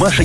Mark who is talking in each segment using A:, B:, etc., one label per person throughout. A: Маша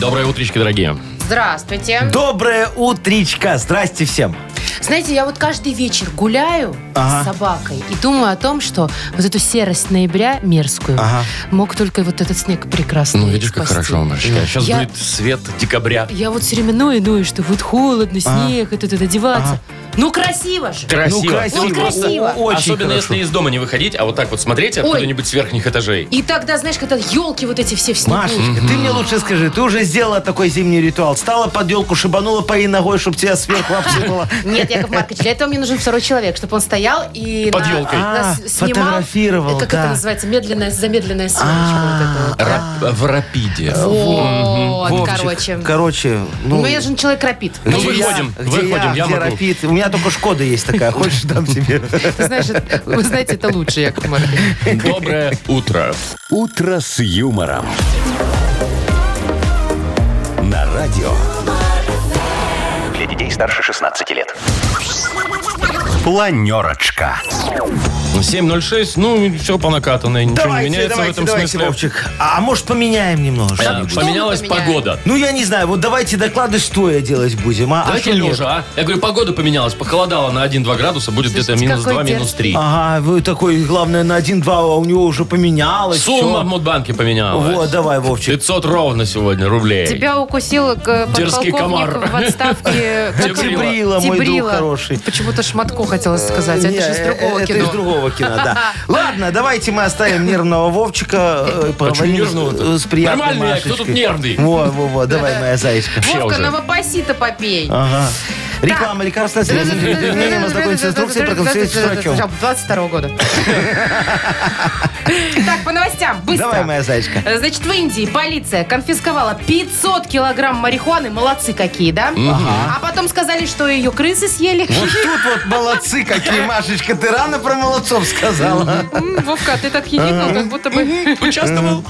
B: Доброе утречко, дорогие.
C: Здравствуйте.
D: Доброе утречко. Здрасте всем.
C: Знаете, я вот каждый вечер гуляю
D: Ага.
C: с собакой и думаю о том, что вот эту серость ноября мерзкую
D: Ага.
C: мог только вот этот снег прекрасный
B: Ну, видишь, как
C: спасти.
B: хорошо, Машечка. Сейчас
C: Я-
B: будет свет декабря.
C: Я вот все время ною ною, что вот холодно, снег, и тут это одеваться. Ну, красиво же.
B: Красиво.
D: Ну, красиво.
C: Ну, красиво.
D: О- о- Очень
B: Особенно,
D: хорошо.
B: если из дома не выходить, а вот так вот смотреть откуда-нибудь с верхних этажей.
C: И тогда, знаешь, когда елки вот эти все в снегу.
D: Машечка, ты мне лучше скажи, ты уже сделала такой зимний ритуал? Встала под елку, шибанула по ней ногой, чтобы тебя сверху обсыпало?
C: Нет, Яков Маркович, для этого мне нужен второй человек, чтобы он стоял и
B: Под
C: на-
B: ёлкой.
C: на-
D: А,
C: снимал,
D: фотографировал,
C: Как это
D: да. А,
C: называется? Медленная, замедленная съемочка. вот
B: Ра- В рапиде.
C: это вот. Вот,
D: Вовчик,
C: короче.
D: Короче, ну...
C: Ну, я же не человек рапит.
B: Ну,
D: где я,
B: выходим,
D: где
B: выходим, я
D: где
B: могу.
D: Рапид? У меня только Шкода есть такая. Хочешь, дам тебе?
C: Ты знаешь, это- вы знаете, это лучше, Яков Маркович.
B: Доброе утро.
A: «Утро с юмором». На радио. Для детей старше 16 лет. Планерочка.
B: 7.06, ну, все по накатанной. Ничего не меняется в этом
D: давайте,
B: смысле.
D: Вовчик. А может, поменяем немножко?
B: Э,
C: что
B: Поменялась
C: мы поменяем?
B: погода.
D: Ну, я не знаю, вот давайте доклады стоя делать будем, а? А
B: Давайте
D: шо нет?
B: лежа, а? Я говорю, погода поменялась, похолодало на 1-2 градуса, будет где-то
C: Слушайте,
B: минус
C: какой
B: 2, минус
C: дерзкий.
B: 3.
D: Ага, вы такой, главное, на 1-2, а у него уже
B: А,
D: поменялось.
B: Сумма в
D: всё.
B: Мудбанке поменялась.
D: Вот, давай, Вовчик.
B: 500 ровно сегодня рублей.
C: Тебя укусил э,
B: Дерзкий
C: подполковник
B: комар.
C: в отставке. как его?
D: Тибрила, мой друг
C: Тибрила.
D: хороший.
C: Почему-то шматко хотела сказать.
D: Не,
C: А
D: э,
C: это же из другого
D: это
C: кино.
D: из другого кино, да. Ладно, давайте мы оставим нервного Вовчика. э, поговорим
B: нервного-то?
D: с- с приятной
B: Нормальный я, кто тут
D: Машечкой.
B: нервный?
D: Во, во, во, давай, моя зайчка.
B: Вообще
C: Вовка,
B: уже.
C: новопаси-то попей.
D: Ага. Реклама лекарственного средства. Применением ознакомиться с инструкцией про конструкцию с врачом.
C: 22 года. Так, по новостям, быстро.
D: Давай, моя зайчка.
C: Э, Значит, в Индии полиция конфисковала 500 килограмм марихуаны. Молодцы какие, да? А потом сказали, что ее крысы съели.
D: Вот тут вот молодцы какие, Машечка. Ты рано про молодцов сказала.
C: М, Вовка, ты так хихикал, как будто бы...
B: Участвовал?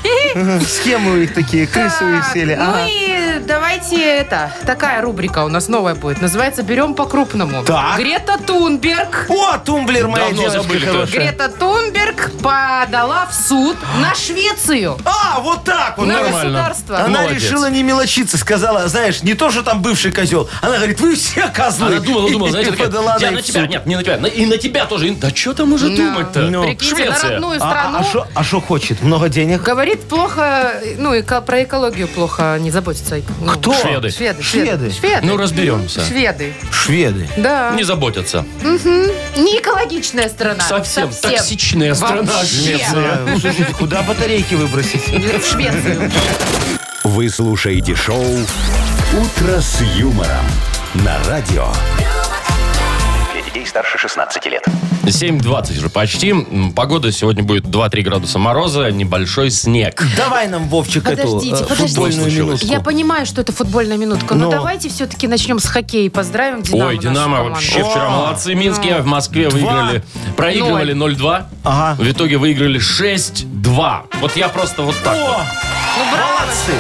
D: Схемы у них такие, крысы у них
C: Так,
D: сели.
C: Ну
D: Ага.
C: и давайте это, такая рубрика у нас новая будет. Называется «Берем по-крупному».
D: Так.
C: Грета Тунберг.
D: О, тумблер моя
B: Давно
D: девочка
B: забыли тоже.
D: хорошая.
C: Грета Тунберг подала в суд на Швецию.
D: А, вот так вот.
C: на
D: нормально. А ну,
B: нормально.
C: государство.
D: Она
B: Молодец.
D: решила не мелочиться, сказала, знаешь, не то, что там бывший козел. Она говорит, вы все козлы.
B: Она думала, думала, знаете,
D: И
B: такая,
D: подала
B: я
D: на
B: на
D: их
B: тебя,
D: суд.
B: нет, не на тебя, на- и на тебя тоже. И- Да что там уже думать-то?
D: Ну.
C: Прикиньте, на
B: Швеция.
C: родную страну.
D: А что хочет? Много денег?
C: Говорит плохо, ну и ко- про экологию плохо не заботится. Ну,
D: Кто?
B: Шведы.
C: Шведы.
D: Шведы.
C: Шведы. Шведы.
B: Ну, разберемся.
C: Шведы.
D: Шведы.
C: Да.
B: Не заботятся.
C: Не экологичная страна.
B: Совсем, токсичная страна
C: Вообще.
B: Швеция.
D: Да, Ну, слушайте, куда батарейки выбросить?
C: В Швецию.
A: Вы слушаете шоу «Утро с юмором» на радио. Для детей старше 16 лет.
B: 7.20 уже почти. М, Погода сегодня будет 2-3 градуса мороза, небольшой снег.
D: Давай нам, Вовчик,
C: Подождите,
D: эту э,
C: подождите.
D: футбольную
B: Случилось.
D: минутку.
C: Я понимаю, что это футбольная минутка, но,
D: Но.
C: давайте все-таки начнем с хоккея и поздравим Динамо.
B: Ой,
C: нашу
B: Динамо
C: команду.
B: вообще вчера
D: О!
B: молодцы. Минские в Москве выиграли. Проигрывали 0-2.
D: Ага.
B: В итоге выиграли 6-2. Вот я просто вот так вот.
D: О,
C: Ну, браво!
D: молодцы.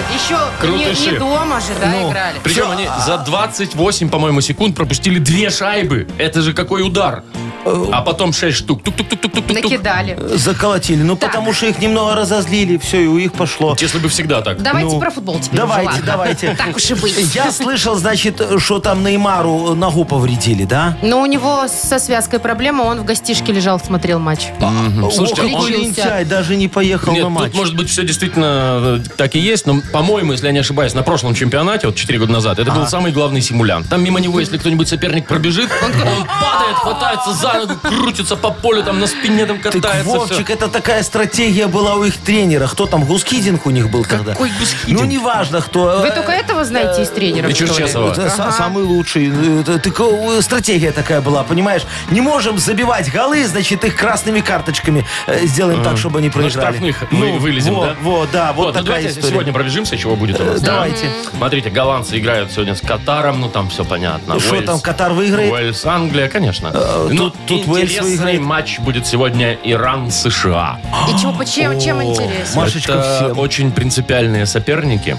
C: Еще не,
B: Крутыши.
C: не дома же, да,
D: Ну.
C: играли.
B: Причем они за 28, по-моему, секунд пропустили две шайбы. Это же какой удар.
D: Э.
B: А потом 6 штук. Тук-тук-тук-тук-тук.
C: Накидали.
D: Заколотили. Ну,
C: Так.
D: потому что их немного разозлили, все, и у их пошло.
B: Если бы всегда так.
C: Давайте
D: Ну,
C: про футбол теперь.
D: Давайте,
C: уже, ладно.
D: давайте.
C: Так уж и быть.
D: Я слышал, значит, что там Неймару ногу повредили, да?
C: Но у него со связкой проблема, он в гостишке лежал, смотрел матч.
B: Ну, Слушайте,
D: Ох, какой
C: он-
D: лентяй, даже не поехал
B: Нет,
D: на матч.
B: тут, может быть, все действительно э, так и есть, но, по-моему, если я не ошибаюсь, на прошлом чемпионате, вот 4 года назад, это был самый главный симулянт. Там мимо него, если кто-нибудь соперник пробежит, он падает, хватается за ногу, крутится по полю, там на спине там
D: Так,
B: катается. всё.
D: Вовчик, это такая стратегия была у их тренера. Кто там, Гускидинг у них был тогда?
B: Какой Гускидинг?
D: Ну, неважно, кто.
C: Вы
D: Э,
C: только этого знаете из тренеров,
B: И
C: что ли?
B: Черчесова.
D: Это са-
C: Ага.
D: Самый лучший. Э, это- так, э, Стратегия такая была, понимаешь? Не можем забивать голы, значит, их красными карточками э, сделаем так, чтобы они проиграли.
B: штрафных мы вылезем,
D: вот,
B: да?
D: Вот, Ну, да, вот
B: Вот, ну
D: такая
B: давайте
D: история.
B: сегодня пробежимся, чего будет у нас.
D: Э,
B: да?
D: давайте.
B: Смотрите, голландцы играют сегодня с Катаром, ну там все понятно.
D: Что
B: Уэльс-
D: там, Катар выиграет?
B: Уэльс, Англия, конечно.
D: Э,
B: Ну,
D: Тут Тут Уэльс
B: Интересный
D: выиграет. А,
B: матч будет сегодня Иран-США.
C: И чего, по- чем, чем интереснее?
D: Машечка,
B: Это
D: всем.
B: очень принципиальные соперники.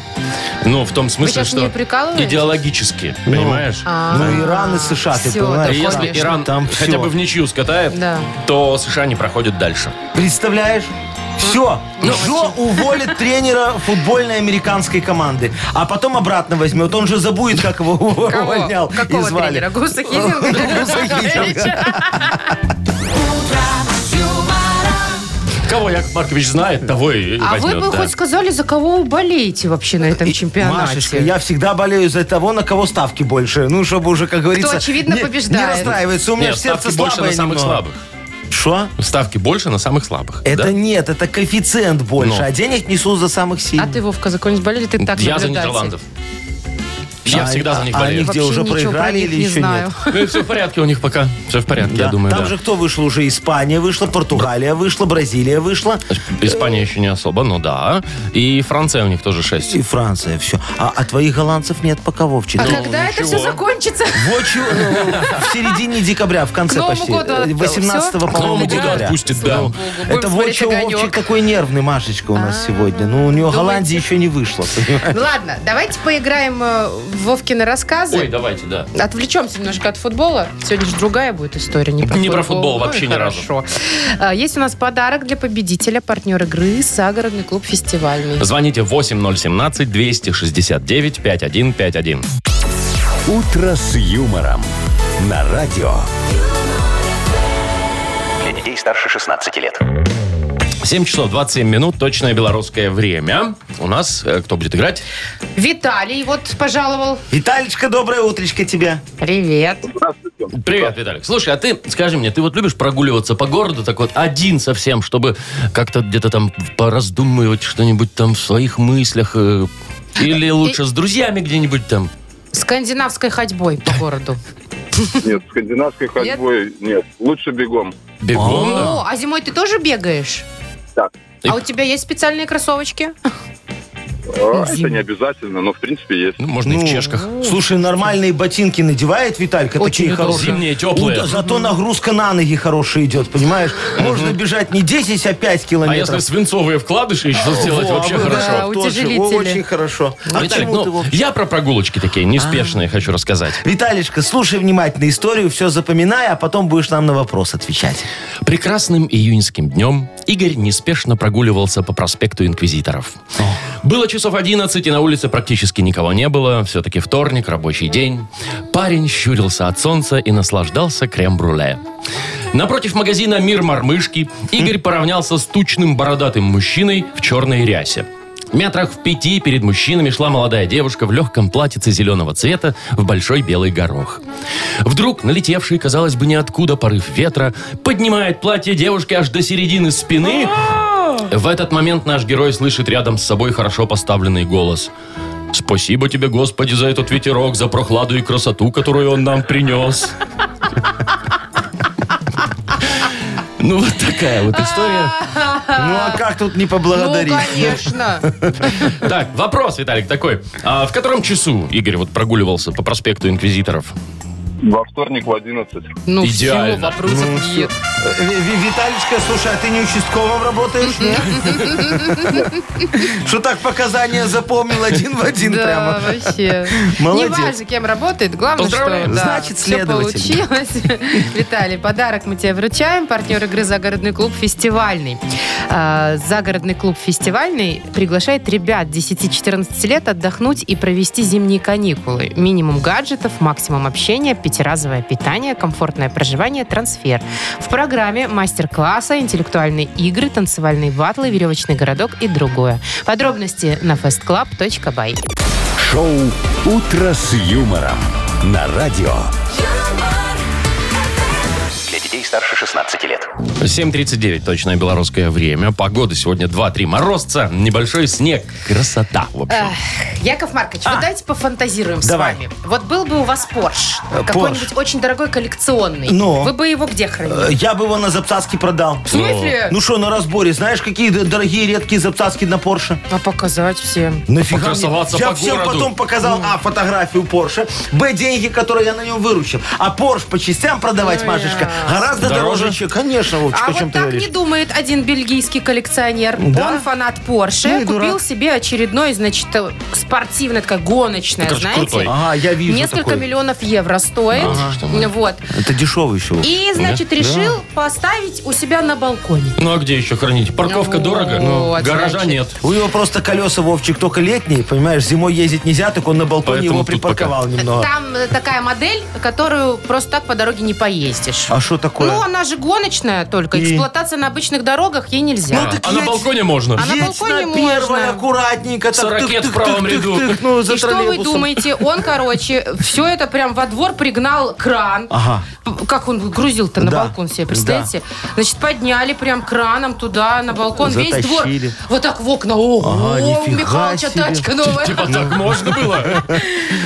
B: Ну, в том смысле,
C: сейчас мне
B: что
C: прикалываетесь? А,
B: идеологически, понимаешь?
D: Ну, Иран и США, ты
C: всё,
D: понимаешь?
B: И
C: так
B: если
C: конечно,
B: Иран
D: там
B: хотя
D: всё.
B: бы в ничью скатает,
C: Да.
B: то США не проходят дальше.
D: Представляешь? Все.
C: Ну,
D: Джо уволит тренера футбольной американской команды. А потом обратно возьмет. Он же забудет, как его
C: Кого?
D: увольнял. и
C: Какого
D: звали.
C: тренера?
D: Ну,
C: Гуса Хизинга?
B: Кого Яков Маркович знает, того и
C: А
B: возьмет.
C: вы бы
B: да.
C: хоть сказали, за кого вы болеете вообще на этом
D: Машечка,
C: чемпионате?
D: я всегда болею за того, на кого ставки больше. Ну, чтобы уже, как говорится...
C: очевидно,
D: не,
C: побеждает.
D: Не расстраивается. У меня
B: Нет,
D: же сердце
B: ставки больше на
D: слабое
B: самых
D: немного.
B: слабых.
D: Что?
B: Ставки больше на самых слабых.
D: Это
B: да?
D: нет, это коэффициент больше.
B: Ну.
D: А денег несу за самых
C: А
D: сильных.
C: ты, Вовка, за кого-нибудь болели? Ты так
B: Я за
C: наблюдатель.
B: Нидерландов. Я
D: А,
B: всегда за
D: а
B: них болею.
D: они
C: Вообще
D: Где уже
C: ничего про
D: проиграли
C: них
D: или
C: не
D: еще
C: знаю.
D: нет?
B: Ну и все в порядке у них пока. Все в порядке, я
D: Да.
B: думаю,
D: Там
B: да.
D: же кто вышел уже? Испания вышла, Португалия вышла, Бразилия вышла.
B: Э, Испания еще не особо, но да. И Франция у них тоже 6.
D: И Франция, все. А, а твоих голландцев нет пока, Вовчик.
C: А
D: Ну,
C: когда это все
B: ничего.
C: закончится?
D: вот чё, э, в середине декабря, в
C: К
D: конце
C: Новому
D: почти.
C: году
D: Э,
C: отпу-
D: 18
C: всё?
B: К
D: по-моему,
B: Новому году
D: декабря.
B: отпустит, да.
C: Богу. Будем
D: Это вот
C: смотреть
D: чё,
C: «Огонек». А.
D: Вовчик такой нервный, Машечка у нас сегодня. Ну, у него Голландия еще не вышла, понимаешь?
C: Ну Ладно, давайте поиграем э, в Вовкины
B: Ой,
C: рассказы.
B: давайте, да.
C: Отвлечемся немножко от футбола. Сегодня же другая будет история. Не про
B: Не
C: футбол, Ну
B: про футбол вообще
C: и
B: ни разу.
C: хорошо. А, Есть у нас подарок для победителя, партнер игры «Загородный клуб фестивальный».
B: Звоните 8017-269-5151.
A: «Утро с юмором» на радио.
E: Для детей старше 16 лет.
B: 7 часов 27 минут, точное белорусское время. У нас э, кто будет играть?
C: Виталий вот пожаловал.
D: Виталечка, доброе утречко тебе.
C: Привет.
B: Привет, Виталик. Слушай, а ты скажи мне, ты вот любишь прогуливаться по городу так вот один совсем, чтобы как-то где-то там пораздумывать что-нибудь там в своих мыслях? э, Или лучше с друзьями где-нибудь там?
C: Скандинавской ходьбой по городу.
F: Нет, скандинавской ходьбой нет. Лучше бегом.
B: Бегом, Ну да?
C: О, а зимой ты тоже бегаешь?
F: Да.
C: А у тебя есть специальные кроссовочки?
F: А, Это не обязательно, но в принципе есть.
B: Ну, можно и в
D: Ну,
B: чешках.
D: Слушай, нормальные ботинки надевает Виталька,
C: Очень
D: такие
C: удобно.
D: хорошие.
B: Зимние, теплые.
D: Ну да, зато нагрузка на ноги хорошая идет, понимаешь? Можно бежать не 10, а
B: А
D: 5
B: если
D: километров.
B: свинцовые вкладыши еще сделать,
D: Во,
B: вообще
D: вы-
B: хорошо.
C: да.
D: Тоже,
C: утяжелители.
D: о, Очень хорошо. А
B: Виталик,
D: почему ты,
B: ну,
D: Вов?
B: я про прогулочки такие неспешные хочу рассказать.
D: Виталечка, слушай внимательно историю, все запоминай, а потом будешь нам на вопрос отвечать.
B: Прекрасным июньским днем Игорь неспешно прогуливался по проспекту Инквизиторов. Было часов 11, и на улице практически никого не было. Все-таки вторник, рабочий день. Парень щурился от солнца и наслаждался крем-бруле. Напротив магазина «Мир мормышки» Игорь поравнялся с тучным бородатым мужчиной в черной рясе. Метрах в пяти перед мужчинами шла молодая девушка в легком платьице зеленого цвета в большой белый горох. Вдруг налетевший, казалось бы, ниоткуда порыв ветра поднимает платье девушки аж до середины спины. В этот момент наш герой слышит рядом с собой хорошо поставленный голос. «Спасибо тебе, Господи, за этот ветерок, за прохладу и красоту, которую он нам принес». Ну, вот такая вот история.
D: Ну а как тут не
C: Ну,
D: поблагодарить?
C: конечно.
B: Так, вопрос, Виталик, такой. А в котором часу Игорь вот прогуливался по проспекту инквизиторов?
F: Во вторник в 11.
C: Ну,
B: Идеально.
C: все, вопросов нет.
D: Э, Ви- Виталечка, слушай, а ты не участковым работаешь, нет? Что так показания запомнил один в один
C: Да,
D: прямо.
C: вообще.
D: Молодец.
C: Не важно, кем работает, главное, что
B: Поздравляем.
C: да,
D: Значит,
C: всё
D: следователь.
C: получилось. Виталий, подарок мы тебе вручаем. Партнер игры «Загородный клуб фестивальный». А, Загородный клуб фестивальный приглашает ребят 10-14 лет отдохнуть и провести зимние каникулы. Минимум гаджетов, максимум общения, пятиразовое питание, комфортное проживание, трансфер. В программе мастер-класса, интеллектуальные игры, танцевальные батлы, веревочный городок и другое. Подробности на festclub.by.
A: Шоу «Утро с юмором» на радио.
E: Для детей старше 16 лет.
B: 7.39, точное белорусское время. Погода сегодня 2-3 морозца, небольшой снег. Красота, в общем.
C: Яков Маркович, вот давайте пофантазируем
D: А. Давай.
C: с вами. Вот был бы у вас Порш,
D: Э,
C: какой-нибудь очень дорогой коллекционный.
D: Ну?
C: Вы бы его где хранили?
D: Э, Я бы его на запсаске продал.
C: В смысле?
D: Ну что, на разборе, знаешь, какие д- дорогие редкие запсаски на Порше?
C: а показать всем.
D: Нафига
B: Покрасоваться
D: мне? Я
B: по
D: всем
B: городу. Ну.
D: потом показал, а, фотографию Порше, б, деньги, которые я на нем выручил. А Порш по частям продавать, Машечка, Гораздо
B: Дороже?
D: дороже, че- конечно, Вовчик,
C: Ну, А
D: о чем
C: вот
D: ты
C: так
D: говоришь.
C: не думает один бельгийский коллекционер.
D: Да?
C: Он фанат
D: Ну
C: Porsche.
D: и
C: купил
D: дурак.
C: себе очередной, значит, э, спортивный, такая гоночная,
B: Короче,
C: знаете.
B: крутой.
D: Ага, я вижу
C: Несколько
D: такой.
C: миллионов евро стоит. Вот.
D: Это дешевый еще. Вов.
C: И, значит, решил поставить у себя на балконе.
B: Ну а где еще хранить? Парковка
C: Ну Вот,
B: дорого, гаража
C: значит.
B: нет.
D: У него просто колеса, Вовчик, только летние, понимаешь, зимой ездить нельзя, так он на балконе
B: Поэтому
D: его
B: тут
D: припарковал немного.
C: Там э, такая модель, которую просто так по дороге не поездишь.
D: А что такое?
C: Ну, она же гоночная только.
D: И?
C: Эксплуатация на обычных дорогах ей нельзя.
D: Ну, так
B: А на
D: едь-
B: балконе можно.
C: А на
D: едь
C: балконе
D: на первой
C: можно.
D: аккуратненько. так,
B: Сорокет
D: тык-тык-тык-тык-тык,
B: в правом ряду.
D: ну, за
C: И что вы
D: троллейбусом.
C: думаете? Он, короче, все это прям во двор пригнал кран.
D: Ага.
C: Как он грузил-то на
D: Да.
C: балкон себе, представляете? Значит, подняли прям краном туда, на балкон. Весь двор.
D: Затащили.
C: Вот так в окна. Ого, а
D: Ага,
C: у
D: нифига
C: Михалыча
D: себе.
C: тачка новая.
B: Типа так можно было?
C: Ну,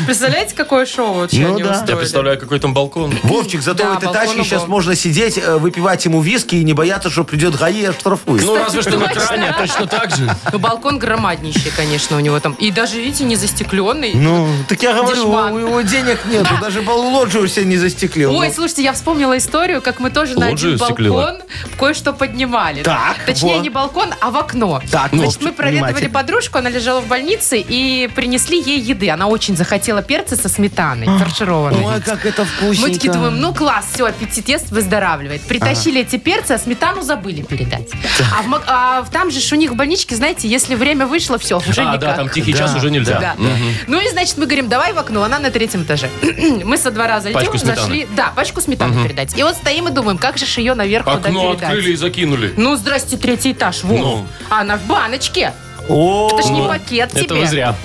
C: Представляете, какое шоу вообще
D: Ну
C: они
D: да.
B: Я
C: устроили?
B: представляю, какой там балкон.
D: Вовчик, зато
C: Да,
D: в этой
C: балкон
D: тачке сейчас
C: был.
D: можно сидеть, э, выпивать ему виски и не бояться, что придет ГАИ и оштрафует.
B: Ну разве что на
C: точно.
B: кране точно так же.
C: Ну, балкон громаднейший, конечно, у него там. И даже, видите, не застекленный.
D: Ну, так я говорю,
C: Дешман.
D: у его денег нету, даже баллоджию себе не застеклил.
C: Ой,
D: Ну,
C: слушайте, я вспомнила историю, как мы тоже на
B: Лоджию
C: один
B: стеклила.
C: балкон кое-что поднимали.
D: Так,
C: Точнее,
D: во.
C: не балкон, а в окно.
D: Так, ну,
C: Значит, мы проведывали
D: внимательно.
C: подружку, она лежала в больнице, и принесли ей еды. Она очень захотела перца со сметаной, фаршированной.
D: Ой, как это вкусненько.
C: Мы такие думаем, ну класс, все, аппетит ест, выздоравливает. Притащили эти перцы, а сметану забыли передать. А, в мак- а в- там же ж у них в больничке, знаете, если время вышло, все, уже
B: А,
C: никак.
B: да, там тихий час уже
C: Да.
B: нельзя.
C: Ну и, значит, мы говорим, давай в окно, она на третьем этаже. Мы со двора
B: Пачку
C: залетели,
B: сметаны.
C: зашли. Да, пачку сметаны передать. И вот стоим и думаем, как же ж ее наверх туда
B: Окно
C: передать.
B: открыли и закинули.
C: Ну, здрасте, третий этаж, Вов.
B: Ну.
C: А она в баночке.
D: О,
C: Это ж не
B: Ну,
C: пакет
B: Это
C: тебе.
B: вы зря.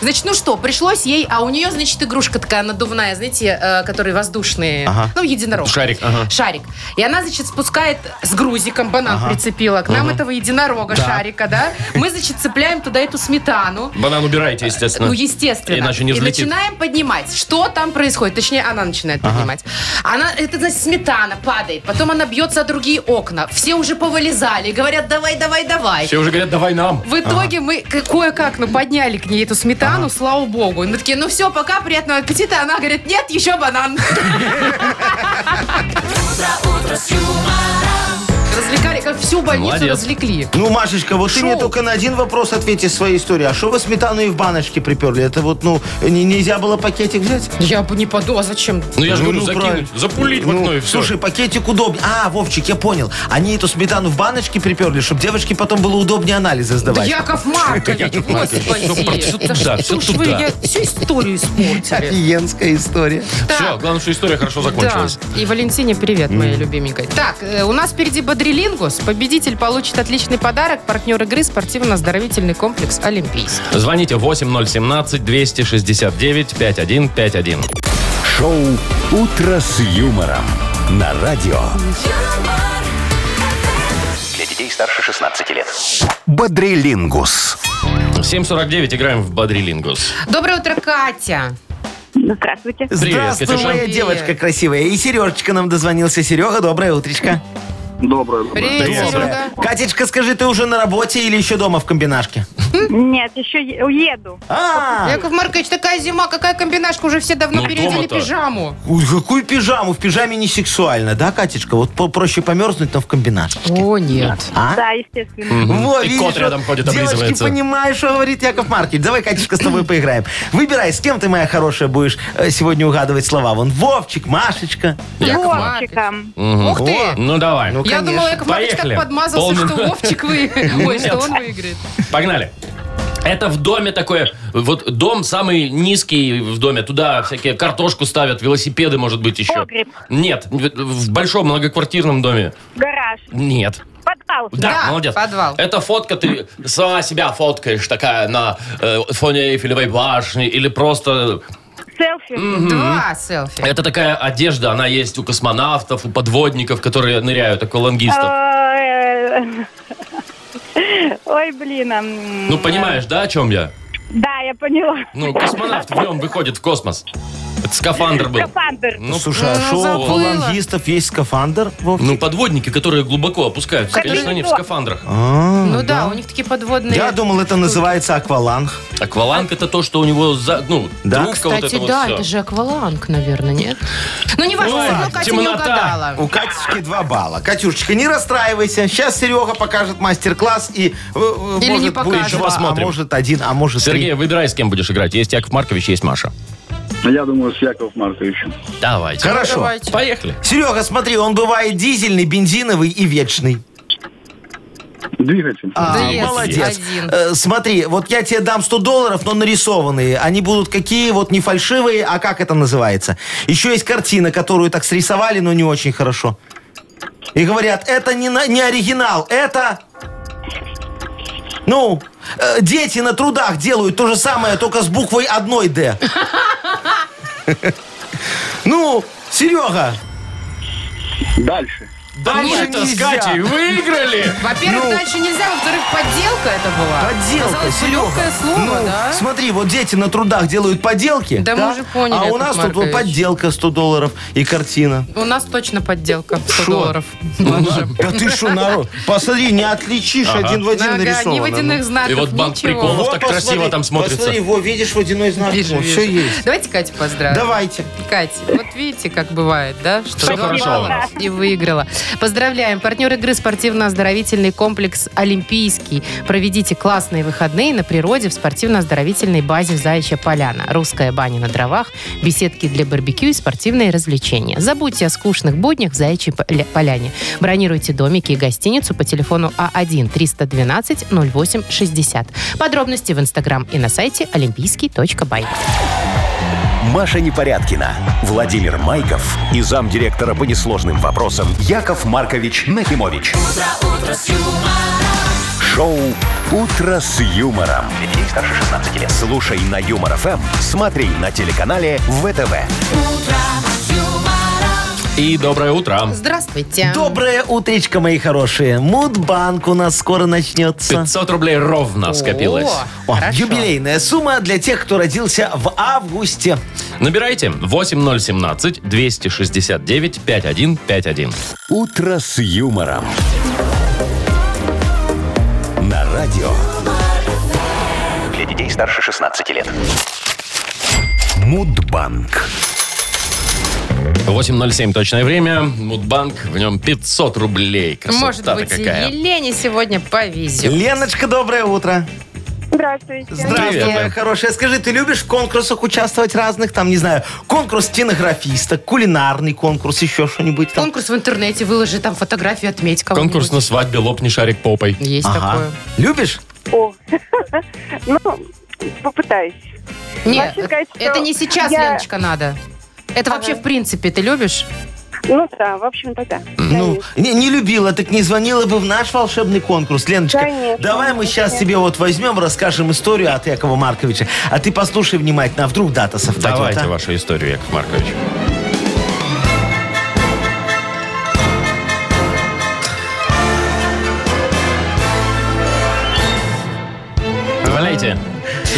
C: Значит, ну что, пришлось ей, а у нее, значит, игрушка такая надувная, знаете, э, которые воздушные,
D: Ага.
C: ну, единорог.
B: Шарик, ага.
C: Шарик. И она, значит, спускает с грузиком, банан прицепила к нам этого единорога шарика, да. Мы, значит, цепляем туда эту сметану.
B: Банан убирайте, естественно.
C: Ну, естественно.
B: Иначе не
C: и
B: взлетит.
C: начинаем поднимать. Что там происходит? Точнее, она начинает поднимать. Она, это, значит, сметана падает. Потом она бьется о другие окна. Все уже повылезали. и Говорят, давай, давай, давай.
B: Все уже говорят, давай нам.
C: В итоге мы к- кое-как, ну, подняли к ней эту сметану, слава богу. И мы такие, ну все, пока, приятного аппетита. Она говорит, нет, еще банан. Развлекали, как всю больницу
B: Молодец.
C: развлекли.
D: Ну, Машечка, вот ты мне
C: Шоу.
D: только на один вопрос ответь из своей истории. А что вы сметану и в баночке приперли? Это вот, ну, не- нельзя было пакетик взять?
C: Я бы не подумала, зачем?
B: Ну я же говорю,
D: ну,
B: закинуть,
D: правильно.
B: запулить в
D: Ну,
B: окно и все.
D: Слушай, пакетик удобнее. А, Вовчик, я понял. Они эту сметану в баночке приперли, чтобы девушке потом было удобнее анализы
C: Да
D: сдавать.
C: Яков Маркович,
B: Всё
C: господи.
B: про- всё
C: Да
B: туда, всё
C: что ж вы
B: туда.
C: я- всю историю испортили.
D: Офигенская история.
B: Все, главное, что история хорошо
C: Да.
B: закончилась.
C: И Валентине привет, моей любименькой. Так, э, у нас впереди Бодрилингус. Победитель получит отличный подарок. Партнер игры спортивно-оздоровительный комплекс «Олимпийский».
B: Звоните 8017-269-5151.
A: Шоу «Утро с юмором» на радио.
G: юмор,
E: Для детей старше 16 лет.
A: Бодрилингус.
B: 7.49, играем в Бадрилингус.
C: Доброе утро, Катя.
H: Здравствуйте.
D: Здравствуй,
B: Катюша.
D: моя
C: Привет.
D: девочка красивая. И Сережечка нам дозвонился. Серега, доброе утречко.
F: Доброе. доброе.
C: Привет, Серега.
D: Катечка, скажи, ты уже на работе или еще дома в комбинашке?
H: Нет, еще е- уеду.
D: А,
C: Яков Маркович, такая зима, какая комбинашка, уже все давно
B: Ну,
C: переодели
B: дома-то.
C: пижаму.
D: ой, какую пижаму? В пижаме не сексуально, да, Катечка? Вот по- проще померзнуть, но в комбинашке.
C: О, нет.
D: А?
H: Да, естественно.
D: Во,
B: И
D: видишь,
B: кот
D: вот
B: рядом ходит,
D: Девочки,
B: облизывается.
D: понимаешь, что говорит Яков Маркич. Давай, Катюшка, с тобой поиграем. Выбирай, с кем ты, моя хорошая, будешь э, сегодня угадывать слова. Вон Вовчик, Машечка.
C: Яков
H: Вовчика.
C: Ух ты.
B: Ну давай.
D: Ну,
C: Я
D: конечно.
C: думала, Яков Маркович так
B: Поехали.
C: подмазался,
B: Полмин-
C: что Вовчик вы... Ой, что
B: Нет.
C: он выиграет.
B: Погнали. Это в доме такое, вот дом самый низкий в доме, туда всякие картошку ставят, велосипеды, может быть, еще.
H: Погреб.
B: Нет, в в большом многоквартирном доме.
H: Гараж.
B: Нет.
H: Подвал.
B: Да,
C: Да,
B: молодец.
C: подвал.
B: Это фотка, ты сама себя фоткаешь такая на э, фоне Эйфелевой башни или просто...
H: Селфи.
C: Два селфи.
B: Это такая одежда, она есть у космонавтов, у подводников, которые ныряют,
H: А,
B: аквалангистов.
H: Э, Ой, блин. ам.
B: Ну, понимаешь, да, о чем я?
H: Да, я поняла.
B: Ну, космонавт в нем выходит в космос. Это скафандр был.
H: Скафандр.
B: Ну,
D: Слушай, а
C: ну,
D: шо, у
C: забыла.
D: фалангистов есть скафандр? Вовчик?
B: Ну, подводники, которые глубоко опускаются,
H: Которые
B: конечно, они в
H: глубоко.
B: скафандрах.
D: А,
C: Ну да, у них такие
B: ну,
C: подводные.
D: Я думал, это называется акваланг.
B: Акваланг это то, что у него за, ну,
D: Да?
B: трубка вот
C: Кстати,
B: это вот
C: да,
B: всё.
C: это же акваланг, наверное, нет? Ну, не важно,
B: Ой,
C: все равно Катя не
B: темнота.
C: угадала.
D: У Катюшки 2 балла. Катюшечка, не расстраивайся. Сейчас Серега покажет мастер-класс и э,
C: Или
D: э, может,
C: не
D: будет
C: покажет.
D: два,
B: Посмотрим.
D: а может один, а может
B: Сергей, выбирай, с кем будешь играть. Есть Яков Маркович, есть Маша.
F: Я думаю, с Яковом Марковичем.
D: три.
B: Давайте.
D: Хорошо.
C: Давайте.
B: Поехали.
D: Серега, смотри, он бывает дизельный, бензиновый и вечный.
F: Двигатель.
D: А,
C: Две,
D: молодец.
C: один.
D: Э, смотри, вот я тебе дам 100 долларов, но нарисованные. Они будут какие? Вот не фальшивые, а как это называется? Еще есть картина, которую так срисовали, но не очень хорошо. И говорят, это не, на- не оригинал, это... Ну, э, дети на трудах делают то же самое, только с буквой одной «Д». Ну, Серега,
F: Дальше.
C: А
B: Дальше
D: Дальше
B: с
D: нельзя.
B: Катей выиграли.
C: Во-первых,
D: Ну.
C: дальше нельзя, во-вторых, подделка это была.
D: Подделка,
C: Казалось бы,
D: Серега.
C: легкое слово,
D: Ну,
C: да?
D: Смотри, вот дети на трудах делают поделки.
C: Да мы уже поняли,
D: А у
C: Яков
D: нас тут вот
C: Маркович.
D: подделка 100 долларов и картина.
C: У нас точно подделка. 100
D: Шо? Ну,
C: долларов.
D: Да ты что, народ? Посмотри, не отличишь один в один
C: Ага, ни
D: нарисовано.
C: водяных знаков,
B: И вот банк
C: ничего.
D: Ну.
B: приколов. Вот так красиво там смотрится.
D: Посмотри, во, видишь водяной знак.
C: Вижу,
D: Вот,
C: вижу.
D: Все есть.
C: Давайте Катю поздравим.
D: Давайте.
C: Катя, вот видите, как бывает, да? Что
B: Всё
C: два
B: хорошо
C: балла
B: у нас.
C: И выиграла. Поздравляем. Партнер игры спортивно-оздоровительный комплекс «Олимпийский». Проведите классные выходные на природе в спортивно-оздоровительной базе «Заячья поляна». Русская баня на дровах, беседки для барбекю и спортивные развлечения. Забудьте о скучных буднях в «Заячьей поля- поляне». Бронируйте домики и гостиницу по телефону А А1-312-08-60. Подробности в Инстаграм и на сайте олимпийский.бай.
A: Маша Непорядкина, Владимир Майков и замдиректора по несложным вопросам Яков Маркович Нахимович. Шоу Утро с юмором. Для детей старше 16 лет. Слушай на юмор ФМ, смотри на телеканале ВТВ.
B: И доброе утро.
C: Здравствуйте.
D: Доброе утречко, мои хорошие. Мудбанк у нас скоро начнется.
B: 500 рублей ровно скопилось.
C: О,
D: О,
C: хорошо.
D: юбилейная сумма для тех, кто родился в августе.
B: Набирайте 8017-269-5151.
A: Утро с юмором. На радио
E: Для детей старше 16 лет.
A: Мудбанк.
B: 8.07 точное время. Мудбанк, в нем 500 рублей.
C: Может
B: Красота-то
C: быть,
B: какая.
C: Елене сегодня повезет.
D: Леночка, доброе утро.
H: Здравствуйте.
D: Здравствуй,
B: Привет,
D: моя
B: Лен.
D: хорошая. Скажи, ты любишь в конкурсах участвовать разных? Там, не знаю, конкурс кинографиста, кулинарный конкурс, еще что-нибудь там?
C: Конкурс в интернете, выложи там фотографии, отметь кого-нибудь.
B: Конкурс на свадьбе «Лопни шарик попой».
C: Есть
D: Ага.
C: такое.
D: Любишь?
H: О. Ну, попытаюсь.
C: Нет,
H: Вообще сказать, что
C: это не сейчас,
H: я-
C: Леночка, надо. Это вообще, в принципе, ты любишь?
H: Ну да, в общем-то да.
D: Ну, не, не любила, так не звонила бы в наш волшебный конкурс. Леночка,
H: Конечно.
D: давай мы сейчас тебе вот возьмем, расскажем историю от Якова Марковича. А ты послушай внимательно, а вдруг дата совпадет.
B: Давайте
D: а?
B: вашу историю, Яков Маркович. Валяйте.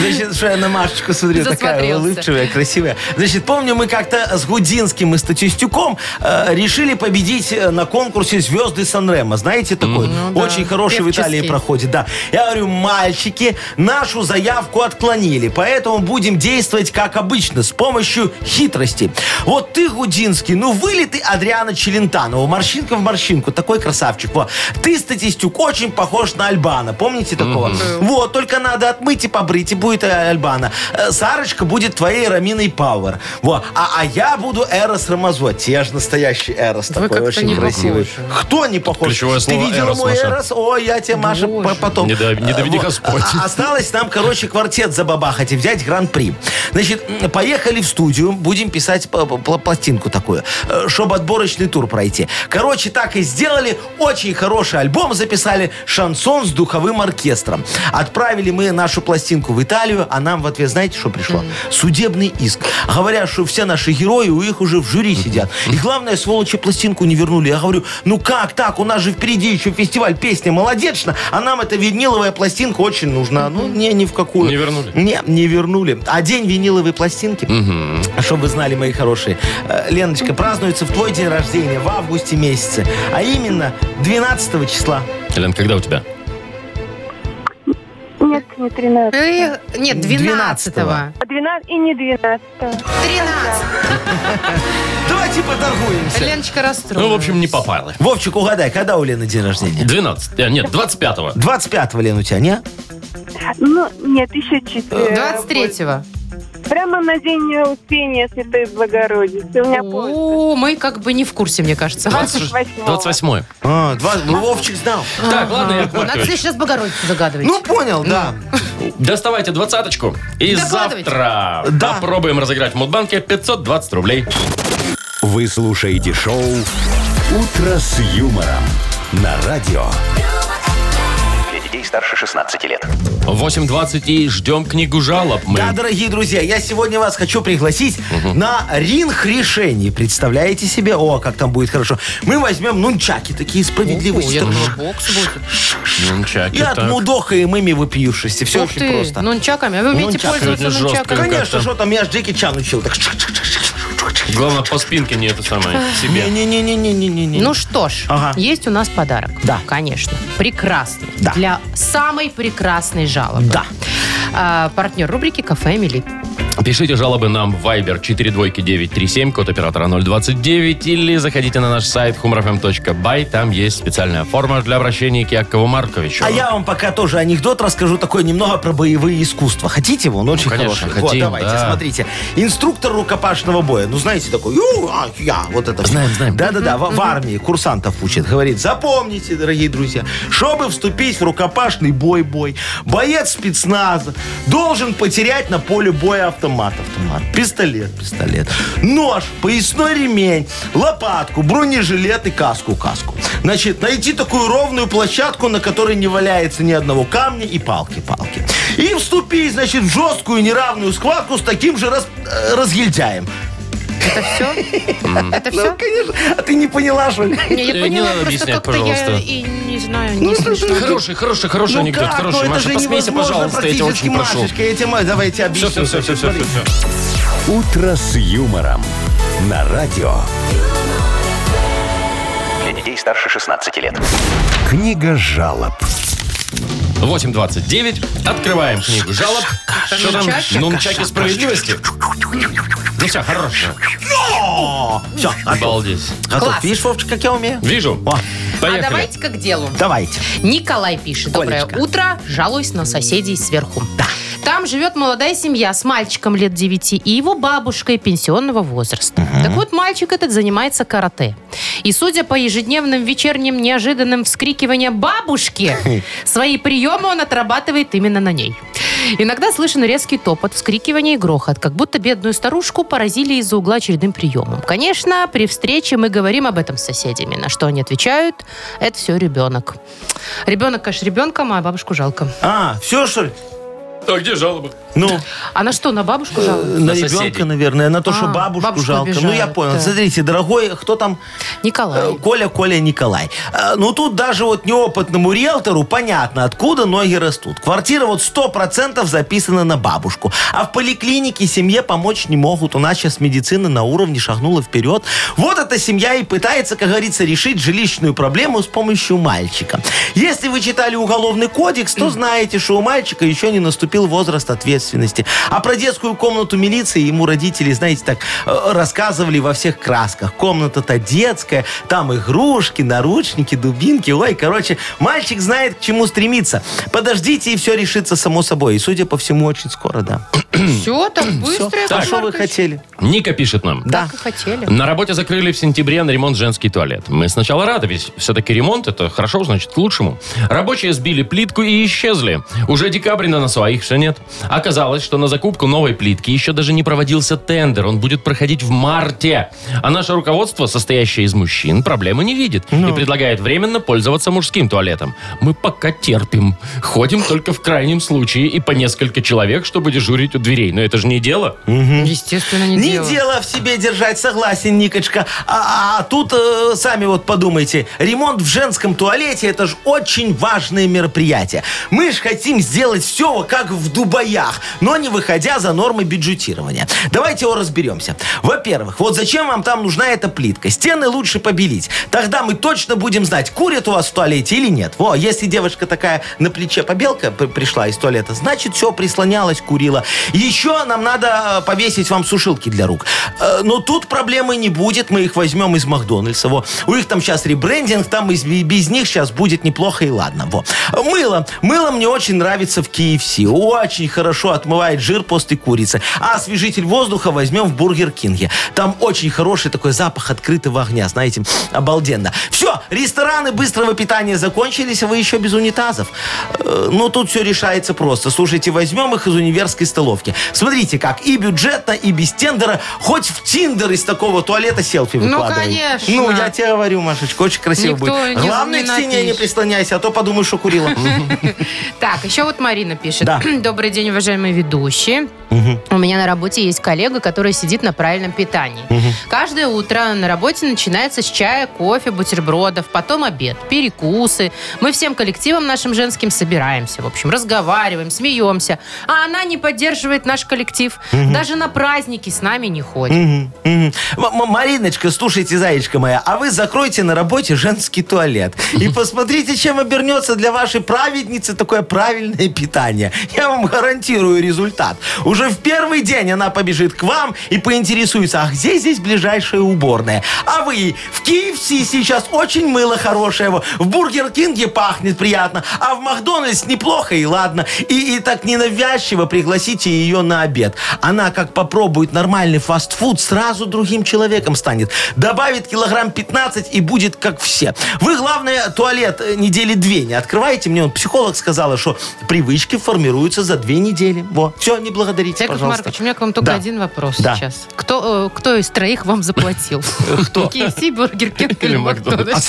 D: Значит, что я на Машечку смотрю, такая
C: Засмотрелся.
D: улыбчивая, красивая. Значит, помню, мы как-то с Гудинским и Статистюком э, решили победить э, на конкурсе «Звезды Санрема». Знаете такой?
C: Ну да.
D: Очень хороший в Италии
C: Певческий.
D: проходит, да. Я говорю, мальчики, нашу заявку отклонили, поэтому будем действовать, как обычно, с помощью хитрости. Вот ты, Гудинский, ну вылитый Адриана Челентанова, морщинка в морщинку, такой красавчик. Во. Ты, Статистюк, очень похож на Альбана, помните такого? Вот, только надо отмыть и побрить, и будет э, Альбана. Э, Сарочка будет твоей Раминой Пауэр. Во. А, а я буду Эрос Рамазотти. Я же настоящий Эрос
C: Вы
D: такой,
C: как-то
D: очень
C: не
D: красивый.
C: похожи.
D: Кто не похож?
B: ключевое
D: Ты
B: слово
D: видела
B: «Эрос»,
D: мой
B: Маша.
D: Эрос? Ой, я тебе, Маша,
C: Боже.
D: по- потом.
B: Не дов- не доведи
D: Э, вот.
B: Господь.
D: А- Осталось нам, короче, квартет забабахать и взять гран-при. Значит, м, поехали в студию, будем писать п- п- пластинку такую, чтобы отборочный тур пройти. Короче, так и сделали. Очень хороший альбом записали, шансон с духовым оркестром. Отправили мы нашу пластинку в Италию. Португалию, а нам в ответ, знаете, что пришло? Судебный иск. Говорят, что все наши герои у их уже в жюри сидят. И главное, сволочи пластинку не вернули. Я говорю, ну как так? У нас же впереди еще фестиваль песни «Молодечно», а нам эта виниловая пластинка очень нужна. Ну, не, ни в какую.
B: Не вернули?
D: Не, не вернули. А день виниловой пластинки, чтобы вы знали, мои хорошие, э, Леночка, празднуется в твой день рождения в августе месяце, а именно 12 числа.
B: Лен, когда у тебя?
H: Нет, не 13.
C: Э, Нет, 12-го.
H: 12 и не 12.
C: 13.
D: Давайте поторгуемся.
C: Леночка расстроилась.
B: Ну, в общем, не попало.
D: Вовчик, угадай, когда у Лены день рождения?
B: 12. э, Нет, 25-го.
D: 25-го, Лен, у тебя, не?
H: Ну, нет, еще
C: Э,
H: 4.
C: 23-го.
H: Прямо на день Успения Святой Богородицы. У меня поезд.
C: О, мы как бы не в курсе, мне кажется.
H: 28-го.
B: 28
D: А, два- ну, Вовчик знал.
B: Так, ладно, Яков
C: Надо
B: Маркович,
C: сейчас Богородицу загадывать.
D: Ну, понял, да.
B: доставайте двадцаточку. И
C: Докладывайте.
B: завтра
D: Да.
B: попробуем разыграть в Мудбанке 520 рублей.
A: Вы слушаете шоу «Утро с юмором» на радио.
E: Для детей старше 16 лет.
B: 8.20 и ждем книгу жалоб. Мы
D: Да, дорогие друзья, я сегодня вас хочу пригласить на ринг решений. Представляете себе? О, как там будет хорошо. Мы возьмем нунчаки, такие справедливые.
C: О, я
D: стороны.
C: думала, бокс будет.
B: Нунчаки,
D: И
B: так.
D: отмудохаем ими вопиюшисти. Все
C: Ух
D: очень
C: ты,
D: просто.
C: нунчаками. А вы умеете
D: Нунчак.
B: Сегодня
C: пользоваться
B: жестко.
C: нунчаками?
D: Конечно,
B: там?
D: что там, я ж Джеки Чан учил. Так,
B: Главное, по спинке не это самое, себе.
D: Не-не-не-не-не-не-не.
C: Ну что ж,
D: Ага.
C: есть у нас подарок.
D: Да.
C: Конечно. Прекрасный.
D: Да.
C: Для самой прекрасной жалобы.
D: Да.
C: А, партнер рубрики «Кафе Эмили».
B: Пишите жалобы нам в Viber 42937, код оператора 029, или заходите на наш сайт humrfm.by, там есть специальная форма для обращения к Якову Марковичу.
D: А я вам пока тоже анекдот расскажу, такой немного про боевые искусства. Хотите его? Он очень
B: Ну, конечно,
D: хороший.
B: хотим,
D: вот, давайте,
B: да.
D: смотрите. Инструктор рукопашного боя. Ну, знаете, такой, «Ю, а, я, вот это.
B: Знаем, знаем.
D: Да-да-да, в, в армии курсантов учит. Говорит, запомните, дорогие друзья, чтобы вступить в рукопашный бой-бой, боец спецназа должен потерять на поле боя автомат, автомат, пистолет, пистолет, нож, поясной ремень, лопатку, бронежилет и каску, каску. Значит, найти такую ровную площадку, на которой не валяется ни одного камня и палки, палки. И вступить, значит, в жесткую неравную схватку с таким же раз, э, разгильдяем.
C: Это все? Это
D: Ну,
C: все?
D: конечно. А ты не поняла, что ли?
C: Не, я
B: Э, не
C: поняла,
B: надо
C: просто
B: объяснять,
C: как-то я
B: пожалуйста.
C: и не знаю, не слышала.
B: Хороший, хороший, хороший
D: Ну
B: анекдот,
D: как?
B: хороший.
D: Ну это
B: Маша,
D: же
B: посмейся,
D: невозможно
B: пожалуйста, я тебя
D: практически,
B: очень прошу.
D: Машечка, я тебе, давайте
B: Все,
D: объясню.
B: все, все, все, все,
D: Смотри.
B: все.
A: «Утро с юмором» на радио.
E: Для детей старше 16 лет.
A: Книга жалоб.
B: 8.29. Открываем книгу жалоб. Что там?
C: Нунчаки?
B: Нунчаки справедливости. Ну все, хорошо.
D: О, Все, готов.
B: Обалдеть.
D: Готов.
C: Класс.
D: А Видишь, Вовчик, как я умею?
B: Вижу.
D: О,
C: А
B: Поехали.
C: давайте-ка к делу.
D: давайте.
C: Николай пишет. Доброе
D: Колечка.
C: утро. Жалуюсь на соседей сверху. Там живет молодая семья с мальчиком лет 9 и его бабушкой пенсионного возраста. Так вот, мальчик этот занимается карате. И судя по ежедневным вечерним неожиданным вскрикиваниям бабушки, свои приемы он отрабатывает именно на ней. Иногда слышен резкий топот, вскрикивание и грохот, как будто бедную старушку поразили из-за угла очередным приемом. Конечно, при встрече мы говорим об этом с соседями, на что они отвечают, это все ребенок. Ребенок, конечно, ребенком, а бабушку жалко.
D: А, все, что ли?
B: А где жалоба?
D: Ну,
C: А на что, на бабушку жалко?
D: на
B: соседей.
D: ребенка, наверное, на то, что
C: А,
D: бабушку
C: бабушку
D: жалко. Ну, я
C: обижают,
D: понял.
C: да.
D: Смотрите, дорогой, кто там? Э,
C: Николай.
D: Коля, Коля, Николай. Э, Ну, тут даже вот неопытному риэлтору понятно, откуда ноги растут. Квартира вот 100% записана на бабушку. А в поликлинике семье помочь не могут. У нас сейчас медицина на уровне шагнула вперед. Вот эта семья и пытается, как говорится, решить жилищную проблему с помощью мальчика. Если вы читали Уголовный кодекс, то знаете, что у мальчика еще не наступил возраст ответственности. А про детскую комнату милиции ему родители, знаете, так э, рассказывали во всех красках. Комната-то детская, там игрушки, наручники, дубинки. Ой, короче, мальчик знает, к чему стремиться. Подождите, и все решится само собой. И, судя по всему, очень скоро, да.
C: Все, э, так быстро. Яков
D: А что вы
C: Маркович.
D: хотели?
B: Ника пишет нам.
D: Да.
C: Так а и хотели.
B: На работе закрыли в сентябре на ремонт женский туалет. Мы сначала радовались. Все-таки ремонт это хорошо, значит, к лучшему. Рабочие сбили плитку и исчезли. Уже декабрь на носу, а их все нет. Оказалось, что на закупку новой плитки еще даже не проводился тендер. Он будет проходить в марте. А наше руководство, состоящее из мужчин, проблемы не видит. И предлагает временно пользоваться мужским туалетом. Мы пока терпим. Ходим только в крайнем случае и по несколько человек, чтобы дежурить у дверей. Но это же не дело.
C: Естественно, не,
D: Не дело в себе держать, согласен, Никочка. А, а тут э, сами вот подумайте. Ремонт в женском туалете это же очень важное мероприятие. Мы же хотим сделать все как в Дубаях, но не выходя за нормы бюджетирования. Давайте его разберемся. Во-первых, вот зачем вам там нужна эта плитка? Стены лучше побелить. Тогда мы точно будем знать, курят у вас в туалете или нет. Во, если девушка такая на плече побелка п- пришла из туалета, значит, все, прислонялась, курила. Еще нам надо э, повесить вам сушилки для рук. Э, Но тут проблемы не будет, мы их возьмем из Макдональдса. Во. У них там сейчас ребрендинг, там из- и без них сейчас будет неплохо и ладно. Во. Мыло. Мыло мне очень нравится в KFC. Очень хорошо отмывает жир после курицы. А освежитель воздуха возьмем в Бургер Кинге. Там очень хороший такой запах открытого огня, знаете, обалденно. Все, рестораны быстрого питания закончились, а вы еще без унитазов. Э, Ну, тут все решается просто. Слушайте, возьмем их из универской столовки. Смотрите, как и бюджетно, и без тендера. Хоть в Тиндер из такого туалета селфи
C: Ну,
D: выкладывай.
C: конечно.
D: Ну, я тебе говорю, Машечка, очень красиво
C: Никто
D: будет.
C: не-
D: Главное,
C: не
D: к стене не
C: напишет.
D: прислоняйся, а то подумаешь, что курила.
C: Так, еще вот Марина пишет.
D: Да.
C: Добрый день, уважаемые ведущие. У меня на работе есть коллега, который сидит на правильном питании. Каждое утро на работе начинается с чая, кофе, бутербродов, потом обед, перекусы. Мы всем коллективом нашим женским собираемся, в общем, разговариваем, смеемся. А она не поддерживает наш коллектив. Даже на праздники с нами не ходит.
D: Мгм, мгм. М- М- Мариночка, слушайте, зайчка моя, а вы закройте на работе женский туалет. И посмотрите, чем обернется для вашей праведницы такое правильное питание. Я вам гарантирую результат. Уже в первый день она побежит к вам и поинтересуется, а где здесь ближайшая уборная? А вы ей, в KFC сейчас очень мыло хорошее, во, в Бургер Кинге пахнет приятно, а в Макдональдс неплохо и ладно. И, и так ненавязчиво пригласите ее на обед. Она как попробует нормальный фастфуд, сразу другим человеком станет. Добавит килограмм 15 и будет как все. Вы, главное, туалет э, недели две не открываете. Мне вот психолог сказала, что привычки формируются за две недели. Во. Все, не благодарите,
C: Яков
D: пожалуйста.
C: Маркович, у меня к вам только
D: Да.
C: один вопрос
D: Да.
C: сейчас. Кто, э, кто из троих вам заплатил? Кто? KFC, Бургер Кинг
B: Или
C: или
B: Макдональдс?
C: Макдональдс?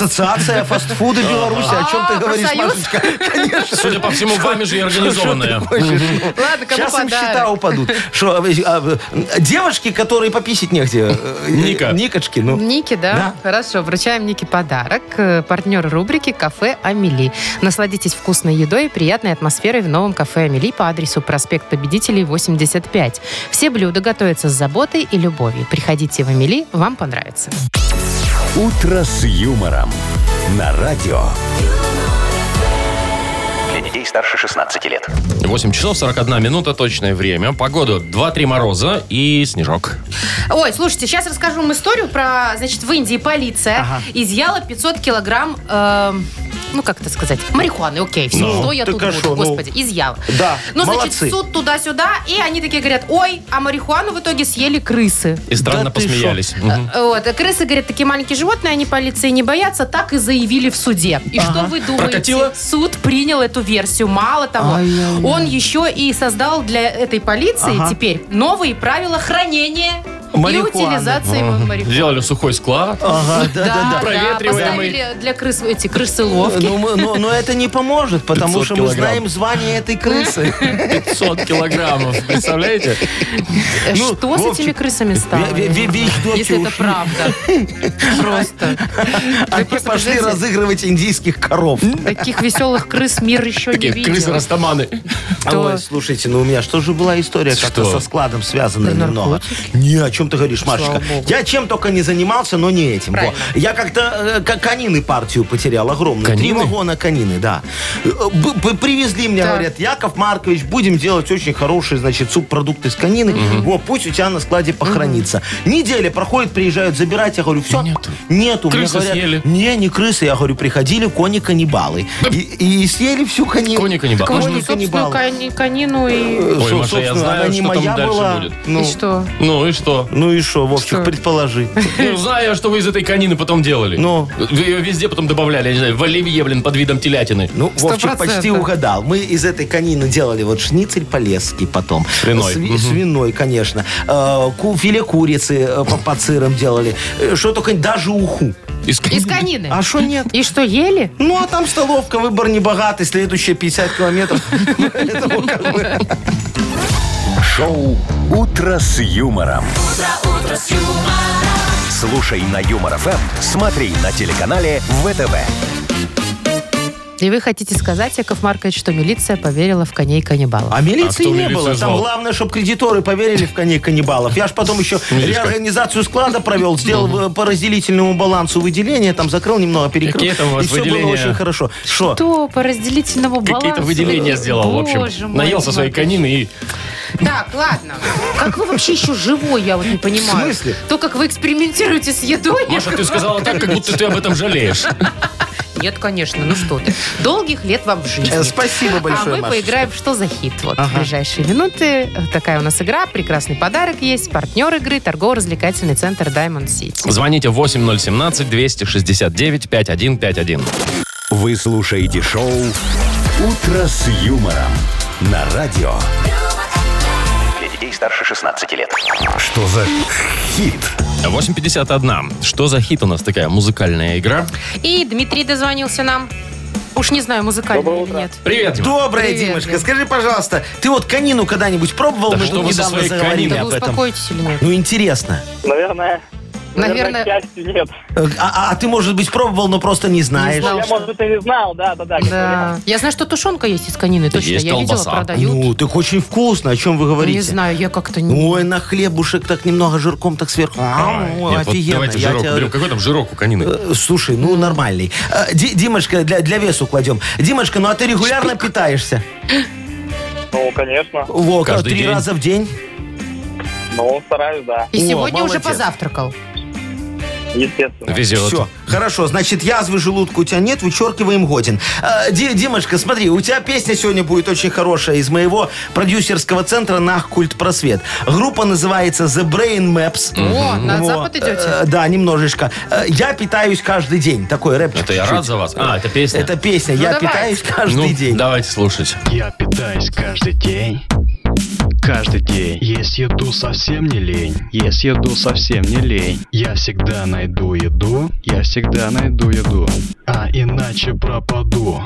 D: Ассоциация фастфуда Беларуси. О чем ты
C: А,
D: говоришь,
C: профсоюз?
D: Машечка? Конечно.
B: Судя по всему, вами же и организованная.
C: Ладно, кому
D: Сейчас им
C: подарок?
D: счета упадут. Шо, а, а, а, девушки, которые пописить негде. э,
B: Ника.
D: э, Никочки, ну.
C: Ники, да?
D: Да.
C: Хорошо, вручаем Нике подарок. Э, Партнер рубрики «Кафе Амели». Насладитесь вкусной едой и приятной атмосферой в новом «Кафе Амели» по адресу проспект Победителей, 85. Все блюда готовятся с заботой и любовью. Приходите в Амели, вам понравится.
A: «Утро с юмором» на радио.
E: Для детей старше 16 лет.
B: 8 часов 41 минута, точное время. Погода 2-3 мороза и снежок.
C: Ой, слушайте, сейчас расскажу вам историю про, значит, в Индии полиция изъяла 500 килограмм... эм, ну, как это сказать? Марихуаны, окей, все,
D: Ну,
C: что я
D: так
C: тут
D: а
C: буду,
D: шо, ну?
C: господи, изъяла.
D: Да,
C: Ну, значит,
D: молодцы.
C: суд туда-сюда, и они такие говорят, ой, а марихуану в итоге съели крысы.
B: И странно
D: Да ты
B: посмеялись. Мгм.
C: Вот, а крысы, говорят, такие маленькие животные, они полиции не боятся, так и заявили в суде. И что вы думаете?
B: Прокатило?
C: Суд принял эту версию. Мало того,
D: Ай-яй-яй.
C: он еще и создал для этой полиции
D: Ага.
C: теперь новые правила хранения
D: Марихуаны.
C: и утилизации марихуаны.
B: Сделали сухой склад.
D: Ага, да, да, да.
B: Проветриваемый.
C: поставили для крыс эти крысыловки.
D: Ну, мы- Но, но это не поможет, потому
B: 500
D: что мы
B: килограмм.
D: знаем звание этой крысы.
B: 500 килограммов, представляете?
D: ну,
C: Э, Что с
D: Вовчик,
C: этими крысами стало?
D: ве- ве- вещь дочь
C: Если это
D: уж.
C: правда. Просто.
D: Они
C: просто
D: пошли
C: представляете?
D: разыгрывать индийских коров.
C: Таких веселых крыс мир еще не
B: Такие крысы
C: видел.
B: растаманы.
D: Ой, слушайте, ну у меня что же была история как-то
B: Что?
D: со складом связанная
C: Да
D: немного.
C: наркотики.
D: Не, а чем ты говоришь, Машечка.
C: Слава богу.
D: Я чем только не занимался, но не этим. Во.
C: Правильно.
D: Я как-то э, к- конины партию потерял огромную. Три
B: Конины?
D: вагона конины, да. Э, б- б- Привезли мне,
C: Так.
D: говорят, Яков Маркович, будем делать очень хороший, значит, субпродукт из конины. Вот, пусть у тебя на складе похоронится. Неделя проходит, приезжают забирать. Я говорю, все,
B: Нету.
D: нету.
B: Крысы
D: мне говорят,
B: съели.
D: Не, не крысы. Я говорю, приходили кони-каннибалы. И, и съели всю конину.
B: Кони-каннибалы.
C: Так можно
D: Кони-каннибалы.
C: собственную кани- конину и...
B: Ой,
D: Со-
B: Маша, я
D: собственно,
B: знаю,
D: она
B: что там дальше будет.
D: Э, Ну,
C: И что?
B: Ну и что?
D: ну и что, Вовчик,
C: Что?
D: предположи.
B: Ну, знаю я, что вы из этой конины потом делали.
D: Ну?
B: Вы ее везде потом добавляли, я не знаю, в оливье, блин, под видом телятины.
D: Ну,
C: Сто
D: Вовчик почти
C: процентов.
D: угадал. Мы из этой конины делали вот шницель полесский потом.
B: Свиной.
D: Сви-
B: Мгм.
D: Свиной, конечно. Э, ку- Филе курицы э, по- под сыром делали. Э, Что только, даже уху.
B: Из
C: Из
B: конины.
C: конины.
D: А что нет?
C: И что, ели?
D: Ну, а там столовка, выбор не богатый, следующие 50 километров. Поэтому как бы-
A: Шоу «Утро с юмором». Слушай на Юмор ФМ, смотри на телеканале ВТВ.
C: И вы хотите сказать, Яков Маркович, что милиция поверила в коней каннибалов?
D: А милиции
B: А кто
D: не
B: милицию
D: было. Там
B: звал?
D: главное, чтобы кредиторы поверили в коней каннибалов. Я ж потом еще
B: Милишка.
D: реорганизацию склада провел, сделал
B: Ну.
D: э, по разделительному балансу выделения, там закрыл немного, перекрыл.
B: Какие там у вас
D: И все было
B: выделения?
D: очень хорошо. Что?
C: Что по разделительному балансу?
B: А Какие-то выделения сделал, в
C: Боже
B: общем.
C: мой,
B: Наелся своей
C: Маркович.
B: конины и...
C: Так, ладно. Как вы вообще еще живой, я вот не понимаю.
D: В смысле?
C: То, как вы экспериментируете с едой.
B: Маша, ты сказала так, как будто ты об этом жалеешь.
C: Нет, конечно, ну что ты. Долгих лет вам в жизни.
D: Э, Спасибо большое,
C: а мы
D: Машечка.
C: поиграем в «Что за хит?» вот в ближайшие минуты. Такая у нас игра, прекрасный подарок есть, партнер игры, торгово-развлекательный центр Diamond City.
B: Звоните 8017-269-5151.
A: Вы слушаете шоу «Утро с юмором» на радио.
E: Для детей старше 16 лет.
A: Что за хит?
B: 8.51. Что за хит у нас такая музыкальная игра?
C: И Дмитрий дозвонился нам. Уж не знаю, музыкальный или нет.
B: Привет, Дима.
D: Доброе,
C: Привет,
D: Димочка.
C: Дим.
D: Скажи, пожалуйста, ты вот конину когда-нибудь пробовал?
B: Да
D: Мы
B: что
D: тут
B: вы за
D: недавно
B: свои
D: заговорили
B: конины?
C: Да
D: об
C: вы
D: этом.
C: успокойтесь или нет?
D: Ну, интересно.
G: Наверное,
C: Наверное,
G: к счастью, нет.
D: Э, А, а- а ты, может быть, пробовал, но просто не знаешь.
C: знал.
G: Я, может быть, и не знал, да, да, да. как вариант.
C: Да. Я знаю, что тушенка есть из конины, точно.
B: Есть
C: я
B: колбаса.
C: видела, продают.
D: Ну, так очень вкусно. О чем вы говорите? Ну,
C: не знаю, я как-то не...
D: Ой, на хлебушек так немного жирком так сверху. А,
B: Ой,
D: ну,
B: нет, вот
D: офигенно.
B: давайте
D: Я
B: жирок
D: тебя-
B: берем. Какой там жирок у конины?
D: Э, Слушай, ну нормальный. Э, Ди- Димочка, для, для весу кладем. Димочка, ну а ты регулярно питаешься?
G: Ну, конечно.
D: Во, как,
B: Каждый
D: три
B: день.
D: раза в день?
G: Ну, стараюсь, да,
C: И
D: О,
C: сегодня уже
D: молодец.
C: позавтракал.
D: Э,
G: естественно.
B: Везет.
D: Все, хорошо, значит, язвы желудка у тебя нет, вычеркиваем годен. Э, Ди- Димочка, смотри, у тебя песня сегодня будет очень хорошая из моего продюсерского центра «Нах Культ Просвет». Группа называется «The Brain Maps».
C: О, на
D: Вот.
C: запад идете?
D: Э, Да, немножечко. Э, Я питаюсь каждый день. Такой рэп.
B: Это я рад за вас. А, это песня.
D: Это песня. Я
C: давайте.
D: питаюсь каждый
B: ну,
D: день.
B: давайте слушать.
I: Я питаюсь каждый день, каждый день. Есть еду совсем не лень, есть еду совсем не лень. Я всегда найду еду, я всегда найду еду, а иначе пропаду.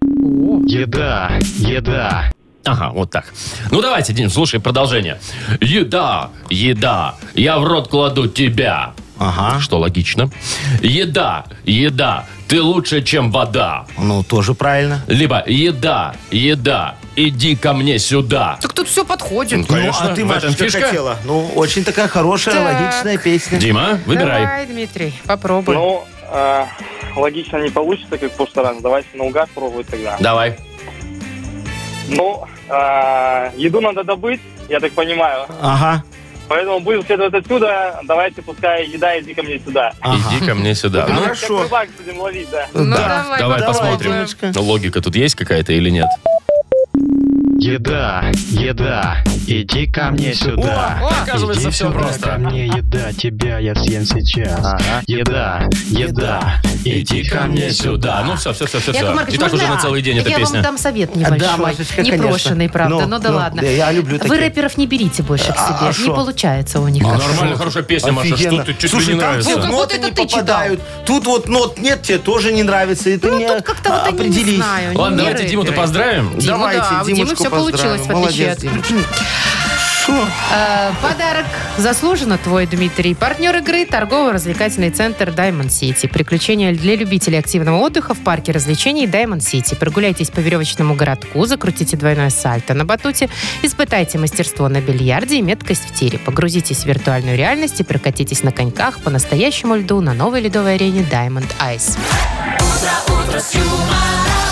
I: Еда, еда.
B: Ага, вот так. Ну давайте, Дим, слушай продолжение. Еда, еда, я в рот кладу тебя.
D: Ага.
B: Что логично. Еда, еда, ты лучше, чем вода.
D: Ну, тоже правильно.
B: Либо еда, еда, иди ко мне сюда.
C: Так тут все подходит.
B: Конечно,
D: ну, а ты,
B: в этом
D: Машечка,
B: фишка.
D: хотела. Ну, очень такая хорошая,
C: Так.
D: логичная песня.
B: Дима, выбирай.
C: Давай, Дмитрий, попробуй.
G: Ну, э, логично не получится, как в прошлый раз. Давайте наугад пробовать тогда.
B: Давай.
G: Ну, э, еду надо добыть, я так понимаю.
D: Ага.
G: Поэтому будем следовать отсюда. Давайте, пускай еда, иди ко мне сюда.
D: ага.
B: Иди ко мне сюда. Ну,
G: Как
D: Хорошо.
G: рыбак будем ловить, да.
C: Ну,
D: да.
B: давай,
D: Давай,
B: посмотрим. ну,
D: Димочка.
B: Логика тут есть какая-то или нет?
I: Еда, еда, иди ко мне сюда.
B: Оказывается,
I: Иди
B: все
I: сюда ко
B: просто.
I: мне, еда, тебя я съем сейчас. Еда, еда,
B: Иди ко мне сюда. Ну все, все, все, все,
C: Яков
B: все.
C: Маркович,
B: И так
C: можно
B: уже на целый день
C: я
B: эта
C: вам
B: песня.
C: дам совет небольшой.
D: Да, Машечка, конечно.
C: Непрошенный, правда.
D: Ну,
C: Ну, да
D: ну,
C: ладно.
D: да, я люблю такие.
C: Вы рэперов не берите больше к себе.
D: А, а
C: не
D: шо?
C: получается у них.
B: Ну, Нормально, хорошая песня, Маша. Что
D: Офигенно.
B: ты, чуть ли
D: Слушай,
B: не
D: там
B: нравится?
D: вот
C: Ну, как
D: ноты
C: будто
D: не
C: ты читал.
D: попадают. Тут вот нот нет, тебе тоже не нравится. И ты
C: Ну,
D: мне
C: тут как-то вот они, не
D: определись.
C: знаю. они
B: Ладно,
C: не
B: давайте
C: рэперы.
B: Диму-то поздравим.
C: Диму,
D: Давайте,
C: да, у Димы
D: Димочку
C: все
D: поздравим.
C: получилось, в
D: Молодец,
C: отличие от...
D: Димочка.
I: Хорошо.
C: Э, Подарок заслуженно твой, Дмитрий. Партнер игры – торгово-развлекательный центр Diamond City. Приключения для любителей активного отдыха в парке развлечений Diamond City. Прогуляйтесь по веревочному городку, закрутите двойное сальто на батуте, испытайте мастерство на бильярде и меткость в тире. Погрузитесь в виртуальную реальность и прокатитесь на коньках по настоящему льду на новой ледовой арене Diamond Ice.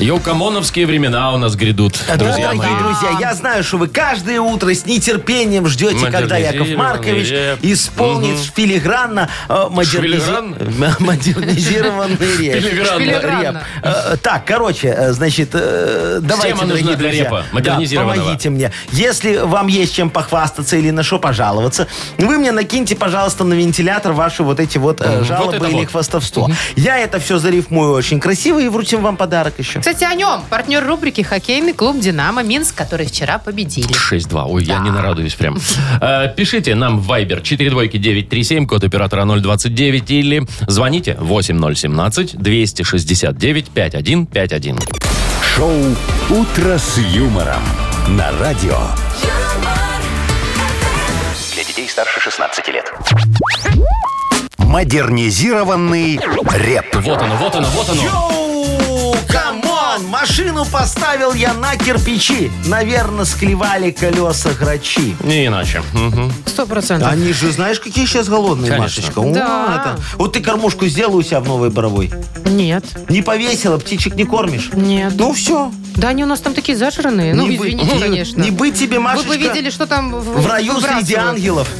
B: Йокомоновские времена у нас грядут,
D: Да,
B: друзья
D: дорогие
B: мои.
D: Э, друзья, я знаю, что вы каждое утро с нетерпением ждете, когда Яков
B: Модернизированный
D: Маркович
B: реп.
D: исполнит
B: Мгм.
D: филигранно э, модернизи-
B: Шпилигран?
D: м- модернизированный реп.
B: Шпилигранно.
C: Шпилигранно.
D: Реп. Э, Так, короче, э, значит, э, давайте,
B: Тема нужна
D: дорогие
B: для
D: друзья,
B: репа,
D: да,
B: модернизированного.
D: помогите мне. Если вам есть чем похвастаться или на что пожаловаться, вы мне накиньте, пожалуйста, на вентилятор ваши вот эти вот э,
B: Мгм. Вот это
D: жалобы или
B: вот.
D: хвастовство. Я это все зарифмую очень красиво и вручим вам подарок еще.
C: Кстати, о нем. Партнер рубрики «Хоккейный клуб «Динамо Минск», который вчера победили.
B: 6-2. Ой, я не нарадуюсь прям. Э, Пишите нам в Viber 42937, код оператора 029, или звоните 8017-269-5151.
A: Шоу «Утро с юмором» на радио.
E: Для детей старше 16 лет.
A: Модернизированный реп.
B: Вот оно, вот оно, вот оно.
D: Йоу, камон! Машину поставил я на кирпичи. Наверное, склевали колеса грачи.
B: Не иначе. Мгм.
C: Сто процентов.
D: Они же, знаешь, какие сейчас голодные,
B: Конечно.
D: Машечка. О,
C: Да.
D: это- Вот ты кормушку сделала у себя в новой боровой.
C: Нет,
D: Не повесила, птичек не кормишь.
C: нет.
D: Ну все.
C: Да они у нас там такие зажранные. Ну,
D: не бы-
C: извините,
D: не-
C: конечно.
D: Не быть тебе,
C: Вы
D: Машечка,
C: бы видели, что там в,
D: в раю среди
C: выбрасывают.
D: ангелов.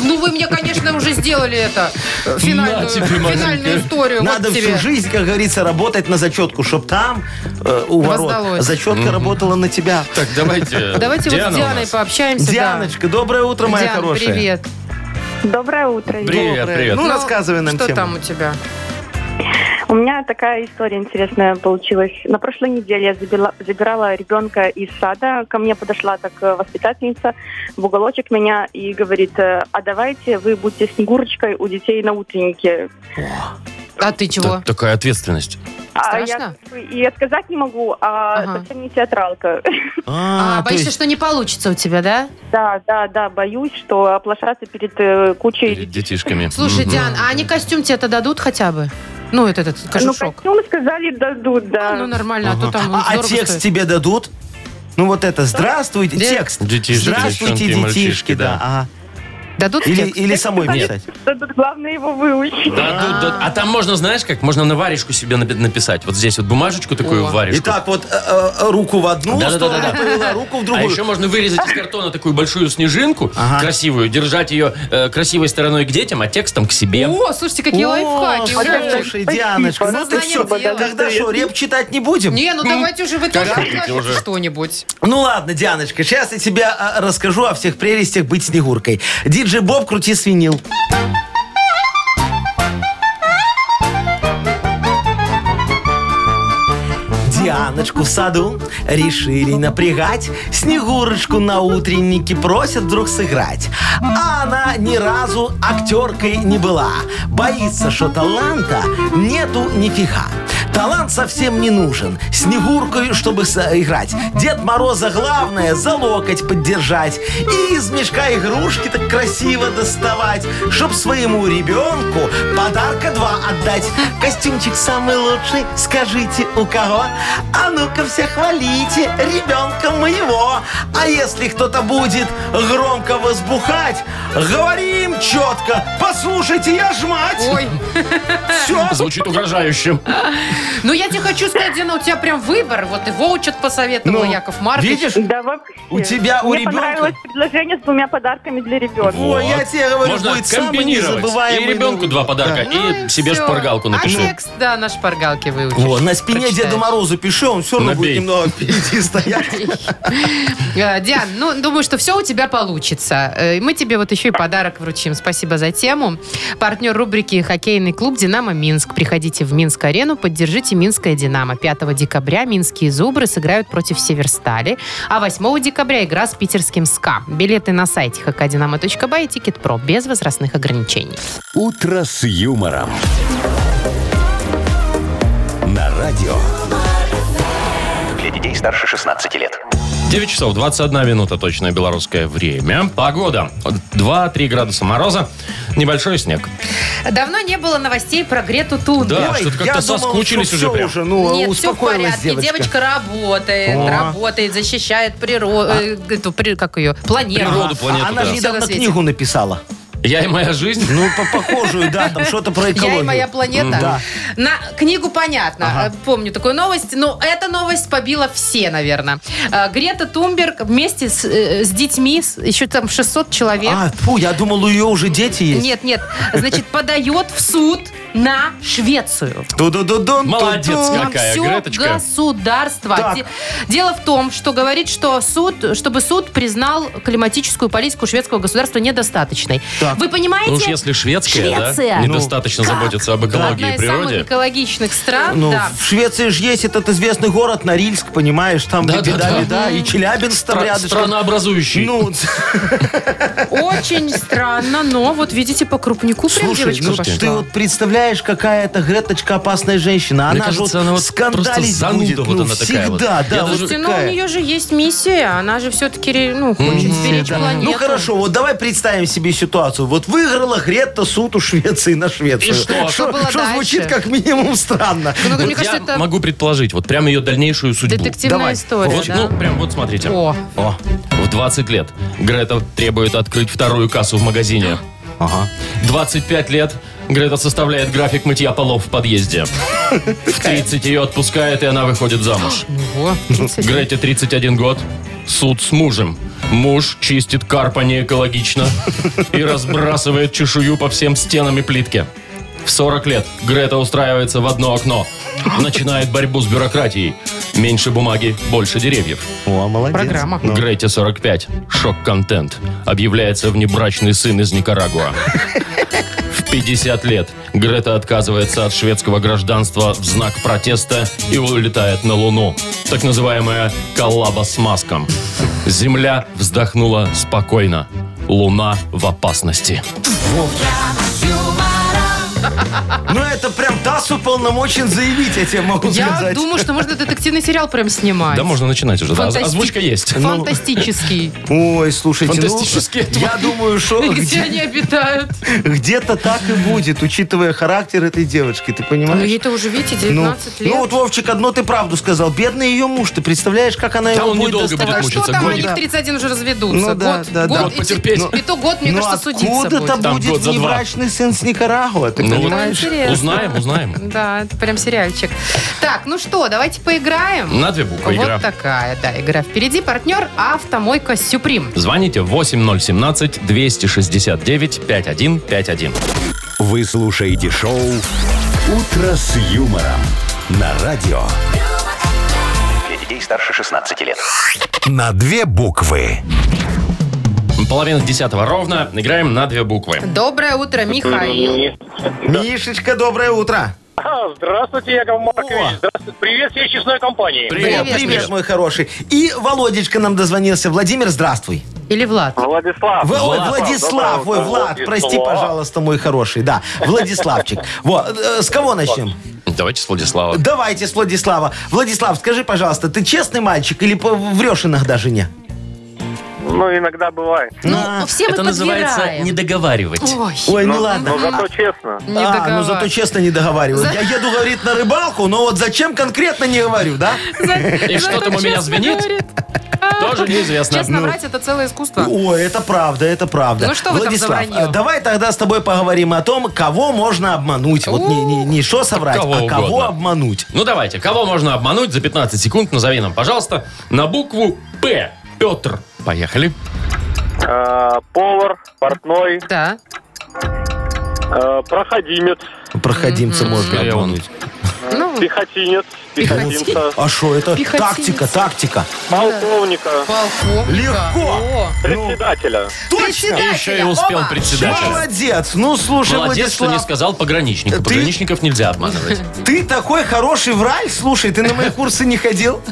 C: Ну, вы мне, конечно, уже сделали это. э, Финальную,
B: На тебе, Машенька.
C: финальную историю.
D: Надо
C: вот
D: всю
C: тебе.
D: жизнь, как говорится, работать на зачетку, чтобы там э, у ворот
C: Раздалось.
D: зачетка работала на тебя.
B: Так, давайте.
C: Давайте
B: Диана
C: вот
B: у
C: с Дианой
B: нас.
C: пообщаемся. да.
D: Дианочка, доброе утро, моя
C: Диан,
D: хорошая.
C: привет.
H: Доброе утро.
B: Привет,
D: Доброе.
B: привет.
D: Ну, рассказывай нам
C: Что
D: тему.
C: там у тебя?
H: У меня такая история интересная получилась. На прошлой неделе я забила- забирала ребенка из сада. Ко мне подошла так э, воспитательница в уголочек меня и говорит, э, а давайте вы будете снегурочкой у детей на утреннике.
C: А ты чего?
B: Так- такая ответственность.
H: А я
C: Страшно?
H: как бы и отказать не могу, а
C: Ага.
H: совсем не театралка.
C: А,
D: А, то
C: боишься,
D: есть-
C: что не получится у тебя, да?
H: Да, да, да, боюсь, что оплошаться перед э, кучей
B: Перед детишками.
C: Слушай,
B: Мгм.
C: Диан, а они костюм тебе-то дадут хотя бы? Ну, этот, этот
H: Ну,
C: кожушок.
H: костюм сказали дадут, да.
C: Ну, нормально, а то там
D: А, а
C: дорого
D: текст
C: стоит.
D: тебе дадут? Ну вот это, здравствуйте,
C: Де-
D: текст.
B: Детишки,
D: здравствуйте,
B: девчонки,
D: детишки,
B: мальчишки,
D: да.
B: да.
D: ага.
C: Дадут
D: Или,
C: текст?
D: или самой
B: Нет.
D: писать.
H: Дадут, главное его выучить.
B: Да, тут, да. а там можно, знаешь, как можно на варежку себе напи- написать. Вот здесь вот бумажечку такую
C: О.
B: в варежку.
D: Итак, вот э, э, руку в одну сторону
B: Да-да-да-да.
D: повела, руку в
B: А
D: другую.
B: еще можно вырезать из картона такую большую снежинку,
D: Ага.
B: красивую, держать ее э, красивой стороной к детям, а текстом к себе.
C: О, слушайте, какие
D: О,
C: лайфхаки. Вау.
D: Слушай, Дианочка, ну ты
C: Сознанием
D: все,
C: дела.
D: тогда что, реп читать не будем?
C: Не, ну давайте уже вы тоже
B: хотите
C: предложите
B: уже.
C: что-нибудь.
D: Ну ладно, Дианочка, сейчас я тебе э, расскажу о всех прелестях быть снегуркой. Диджей Боб, крути свинил. Дианочку в саду решили напрягать. Снегурочку на утреннике просят вдруг сыграть. А она ни разу актеркой не была. Боится, что таланта нету нифига. Талант совсем не нужен. Снегуркой, чтобы сыграть. Дед Мороза главное за локоть поддержать. И из мешка игрушки так красиво доставать. Чтоб своему ребенку подарка два отдать. Костюмчик самый лучший, скажите у кого? А ну-ка все хвалите ребенка моего. А если кто-то будет громко возбухать, говорим четко, послушайте, я ж мать.
C: Ой,
D: Все,
B: Звучит угрожающе.
C: ну я тебе хочу сказать, Дина, у тебя прям выбор. Вот и Воучет посоветовал
D: Ну,
C: Яков Маркович.
D: видишь?
H: Да вообще.
D: У тебя, у
H: Мне
D: ребенка?
H: понравилось предложение с двумя подарками для ребенка.
D: Ой, я тебе говорю,
B: Можно
D: будет самый
B: комбинировать.
D: незабываемый
B: И ребенку
D: Новый
B: два
D: год.
B: подарка,
C: Ну
B: и себе
C: всё.
B: шпаргалку
C: А
B: напиши.
C: текст, да, на шпаргалке выучишь.
D: Во, на спине
C: Прочитаешь.
D: Деда Мороза пиши, он все равно
B: Набей.
D: будет немного впереди стоять.
C: Э, Диан, ну, думаю, что все у тебя получится. Э, Мы тебе вот еще и подарок вручим. Спасибо за тему. Партнер рубрики «Хоккейный клуб «Динамо Минск». Приходите в Минск-арену, поддержите Геленджите «Минское Динамо». 5 декабря «Минские зубры» сыграют против «Северстали», а 8 декабря игра с питерским «СКА». Билеты на сайте hkdinamo.by и «Тикет.Про» без возрастных ограничений.
A: «Утро с юмором». На радио.
E: Для детей старше 16 лет.
B: 9 часов 21 минута точное белорусское время. Погода. 2-3 градуса мороза. Небольшой снег.
C: Давно не было новостей про Грету Тунберг.
B: Да, А что-то как-то соскучились уже
D: все
B: прям.
D: уже, ну,
C: Нет, все в
D: успокоилась
C: порядке. Девочка, работает,
D: О. А.
C: работает, защищает природу, как ее, планету.
B: Природу, планету,
D: Она
B: да.
D: же
C: Всё
D: недавно
C: на свете.
D: книгу написала.
B: Я и моя жизнь.
D: Ну, по- похожую, да, там что-то про экологию.
C: Я и моя планета.
D: Да.
C: На книгу понятно. Э, Помню такую новость. Но эта новость побила все, наверное. Э, Грета Тумберг вместе с, э, с детьми, с- еще там 600 человек.
D: А, фу, я думал, у ее уже дети есть.
C: Нет, нет. Значит, подает в суд на Швецию.
D: Ту-ду-ду-дун,
B: Молодец,
D: ту-дун.
B: как. Какая
C: все
B: Греточка?
C: государство.
D: Так.
C: Де- Дело в том, что говорит, что суд, чтобы суд признал климатическую политику шведского государства недостаточной.
D: Так.
C: Вы понимаете?
B: Ну уж если шведская,
C: Швеция.
B: да,
C: Ну,
B: недостаточно заботится об экологии
C: Одна
B: и
C: из самых
B: природе.
C: экологичных стран,
D: Ну,
C: да.
D: в Швеции же есть этот известный город Норильск, понимаешь, там
B: Да, да,
D: беда,
B: да.
D: беда, и Челябинск там
B: Стра-
D: рядышком.
B: Странообразующий.
D: Ну,
C: Очень странно, но вот видите, по крупнику прям
D: слушай,
C: девочка
D: ну
C: пошла.
D: ты вот представляешь, какая это Греточка опасная женщина.
B: Мне
D: Она же вот
B: кажется, она вот просто
D: скандалить
B: зануда
D: будет.
B: вот
D: ну,
B: она такая вот.
D: всегда,
B: Я
D: да. вот
B: даже-
C: Слушайте, ну у
D: такая.
C: нее же есть миссия, она же все-таки ну, хочет сберечь
D: Да.
C: планету.
D: Ну хорошо, вот давай представим себе ситуацию. Вот выиграла Гретта суд у Швеции на Швецию.
B: И что? А
C: Что было
D: что
C: дальше?
D: звучит как минимум странно.
C: Ну,
B: Вот
C: мне кажется,
B: я
C: это
B: могу предположить, вот прям ее дальнейшую судьбу.
C: детективная
D: Давай.
C: история,
B: Вот,
C: да?
B: ну, прям вот смотрите.
C: О.
B: О, В 20 лет Грета требует открыть вторую кассу в магазине.
D: Ага.
B: 25 лет Грета составляет график мытья полов в подъезде. В 30 ее отпускают, и она выходит замуж.
C: Ого,
B: ну,
C: 30.
B: Грете 31 год. Суд с мужем. Муж чистит карпа неэкологично и разбрасывает чешую по всем стенам и плитке. В 40 лет Грета устраивается в одно окно. Начинает борьбу с бюрократией. Меньше бумаги, больше деревьев.
D: О, а молодец. Ну.
C: Программа.
B: Грете 45. Шок-контент. Объявляется внебрачный сын из Никарагуа. В 50 лет Грета отказывается от шведского гражданства в знак протеста и улетает на Луну. Так называемая коллаба с маском. Земля вздохнула спокойно. Луна в опасности.
D: Ну это прям ТАСС уполномочен заявить, я тебе могу
C: а- Я
D: сказать.
C: думаю, что можно детективный сериал прям снимать.
B: Да, можно Ну, начинать уже. да?
C: Фантасти-
B: Озвучка есть.
C: Фантастический.
D: Ой, слушайте, ну,
B: Фантастические
D: я думаю, что
C: Где
D: где-
C: они обитают?
D: где-то так и будет, учитывая характер этой девочки, ты
C: Ну,
D: понимаешь?
C: ей-то уже, видите,
D: Ну,
C: 19 лет.
D: ну вот, Вовчик, одно ты правду сказал. Бедный ее муж, ты представляешь, как она
B: Да
D: его
B: он
D: будет
B: недолго
D: доставать?
C: так а
B: будет
C: что
B: мучиться,
C: там, они
B: годик.
C: в 31 уже разведутся.
D: Ну да,
C: год,
D: да, да.
C: год,
B: Вот потерпеть.
C: и то год, мне
D: Ну
C: кажется, судиться
D: откуда-то
C: будет.
B: Там год
D: будет
B: за два.
D: неврачный сын с Никарагуа, ты
B: Ну вот.
D: понимаешь?
C: Интересно.
B: Узнаем, узнаем.
C: Да, это прям сериальчик. Так, ну что, давайте поиграем.
B: На две буквы игра.
C: Вот такая, да, игра впереди. Партнер «Автомойка Сюприм».
B: Звоните 8017-269-5151.
A: Вы слушаете шоу «Утро с юмором» на радио.
E: Для детей старше 16 лет.
A: На две буквы.
B: Половина десятого ровно. Играем на две буквы.
C: Доброе утро, Михаил.
D: Мишечка, доброе утро.
G: А, Здравствуйте, Яков Маркович. Здравствуйте. Привет всей честной компании.
B: Привет,
C: Привет,
D: Привет, мой хороший. И Володечка нам дозвонился. Владимир, здравствуй.
C: Или Влад.
G: Владислав.
D: Вы- ой,
B: Влад.
D: Владислав, ой, Влад, прости, пожалуйста, мой хороший. Да, Владиславчик. Вот, э, с кого начнем?
B: Давайте с Владислава.
D: Давайте с Владислава. Владислав, скажи, пожалуйста, ты честный мальчик или по- врешь иногда жене? А?
G: Ну, иногда бывает.
C: Ну, все мы
B: Это называется
C: подбираем.
B: не договаривать.
C: Ой,
D: Ой, ну ладно.
G: Но зато честно.
C: не
D: а, ну
C: договаривай.
D: зато честно не договариваю. Я еду, говорит, на рыбалку, но вот зачем конкретно не говорю, да?
B: И что там у меня звенит, тоже неизвестно.
C: Честно врать, это целое искусство.
D: Ой, это правда, это правда.
C: Ну что вы там за
D: Владислав,
C: вранье?
D: э, давай тогда с тобой поговорим о том, кого можно обмануть. Вот не, не, не что соврать,
B: кого
D: а кого
B: угодно.
D: обмануть.
B: Ну давайте, кого можно обмануть за 15 секунд? Назови нам, пожалуйста, на букву П. Петр. Поехали.
G: Э, Повар, портной,
C: Да.
G: э, проходимец.
D: Проходимца можно
B: Скорее он.
D: обмануть.
C: Ну
G: Пехотинец,
C: Пехотинец.
G: пехотинца,
D: А что это?
C: Пехотинец.
D: Тактика, тактика.
G: полковника,
C: Ну. Полковника.
D: Легко.
C: О,
G: председателя.
D: Точно!
C: Председателя.
B: Еще и успел
C: Опа.
B: председателя.
D: Молодец. Ну, слушай,
B: Молодец, что не
D: Владислав,
B: сказал пограничнику.
D: Ты-
B: Пограничников нельзя обманывать.
D: ты такой хороший враль. Слушай, ты на мои курсы не ходил?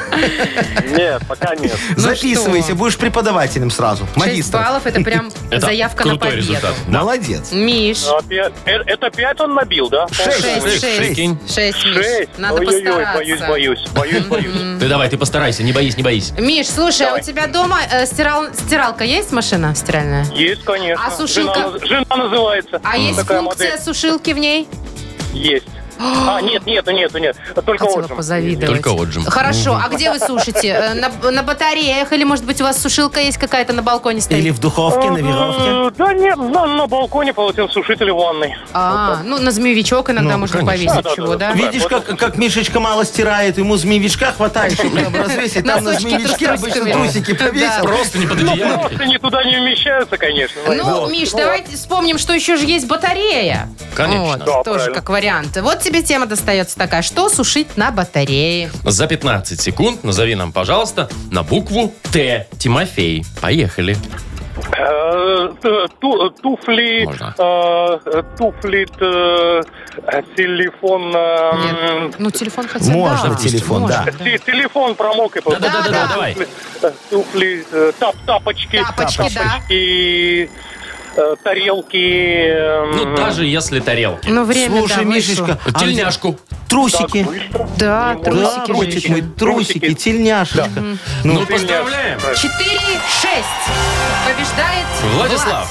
G: Нет, пока нет.
D: Записывайся,
C: Ну что?
D: будешь преподавателем сразу.
C: 6
D: Магистр.
C: баллов, это прям
B: Это
C: заявка на
B: крутой
C: победу.
B: результат. Да.
D: Молодец.
C: Миш,
G: Ну, а пе- э, Это пять он набил, да?
D: Шесть.
B: Шесть,
C: Шесть, шесть.
B: прикинь.
C: Шесть, Миш.
G: Шесть.
C: Надо
G: Ой-ой-ой,
C: постараться.
G: боюсь, боюсь, боюсь, боюсь.
B: Ты давай, ты постарайся, не боись, не боись.
C: Миш, слушай, а у тебя дома э, стирал- стиралка есть машина стиральная?
G: Есть, конечно.
C: А сушилка?
G: Жена, наз- жена называется.
C: А есть
G: Такая
C: функция
G: модель.
C: сушилки в ней?
G: Есть. А, нет, нету, нету, нет. Только
C: Хотела
G: отжим.
C: позавидовать.
B: Только отжим.
C: Хорошо, а где вы сушите? Э, На, на батареях или, может быть, у вас сушилка есть какая-то на балконе стоит?
D: Или в духовке, на веревке.
G: Э, Да нет, на, на балконе получил сушитель в ванной.
C: А, ну, на змеевичок иногда можно
B: конечно.
C: повесить
G: Да, да,
C: чего, да?
G: да,
D: Видишь, как, как Мишечка мало стирает, ему змеевичка хватает, чтобы там развесить. Там на
C: Носочки
D: змеевичке
C: трусиками.
D: обычно трусики повесил.
B: Просто не под одеяло.
G: Просто не туда не вмещаются, конечно.
C: Ну, Миш, давайте вспомним, что еще же есть батарея.
B: Конечно.
C: Вот,
G: Да,
C: тоже
G: правильно.
C: как вариант. Вот тебе тема достается такая. Что сушить на батарее?
B: За 15 секунд назови нам, пожалуйста, на букву Т. Тимофей. Поехали.
G: Э, э, ту- э, Туфли,
B: Можно.
G: э, э, туфли, э, э, телефон, э, м,
C: Нет. Ну, телефон хотя бы.
D: Можно
C: да.
D: телефон,
C: Можно,
D: да.
G: те- телефон промок и получил.
B: Да-да-да,
C: да.
B: давай.
G: Туфли, э, туфли, э, тап, тапочки,
C: Тапочки, да.
G: тапочки, э, тарелки. э,
B: Ну, даже если тарелки.
C: Ну, время, да,
D: Слушай,
C: вышло.
D: Мишечка, ну, а
B: Тельняшку.
D: трусики.
C: Да,
G: Да,
D: Да,
C: трусики же
D: котик
C: еще.
D: мой, трусики,
G: Трусики.
D: тельняшечка.
B: Ну, поздравляем.
C: 4-6. Побеждает
B: Владислав.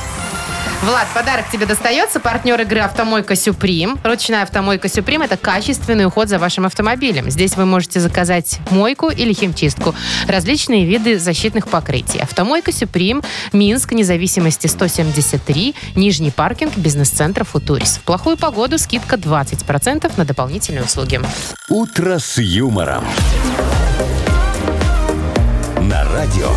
C: Влад, подарок тебе достается. Партнер игры «Автомойка Сюприм». Ручная «Автомойка Сюприм» — это качественный уход за вашим автомобилем. Здесь вы можете заказать мойку или химчистку, различные виды защитных покрытий. «Автомойка Сюприм», Минск, независимости 173, Нижний паркинг, бизнес-центр «Футурис». В плохую погоду скидка 20% на дополнительные услуги.
A: «Утро с юмором». На радио.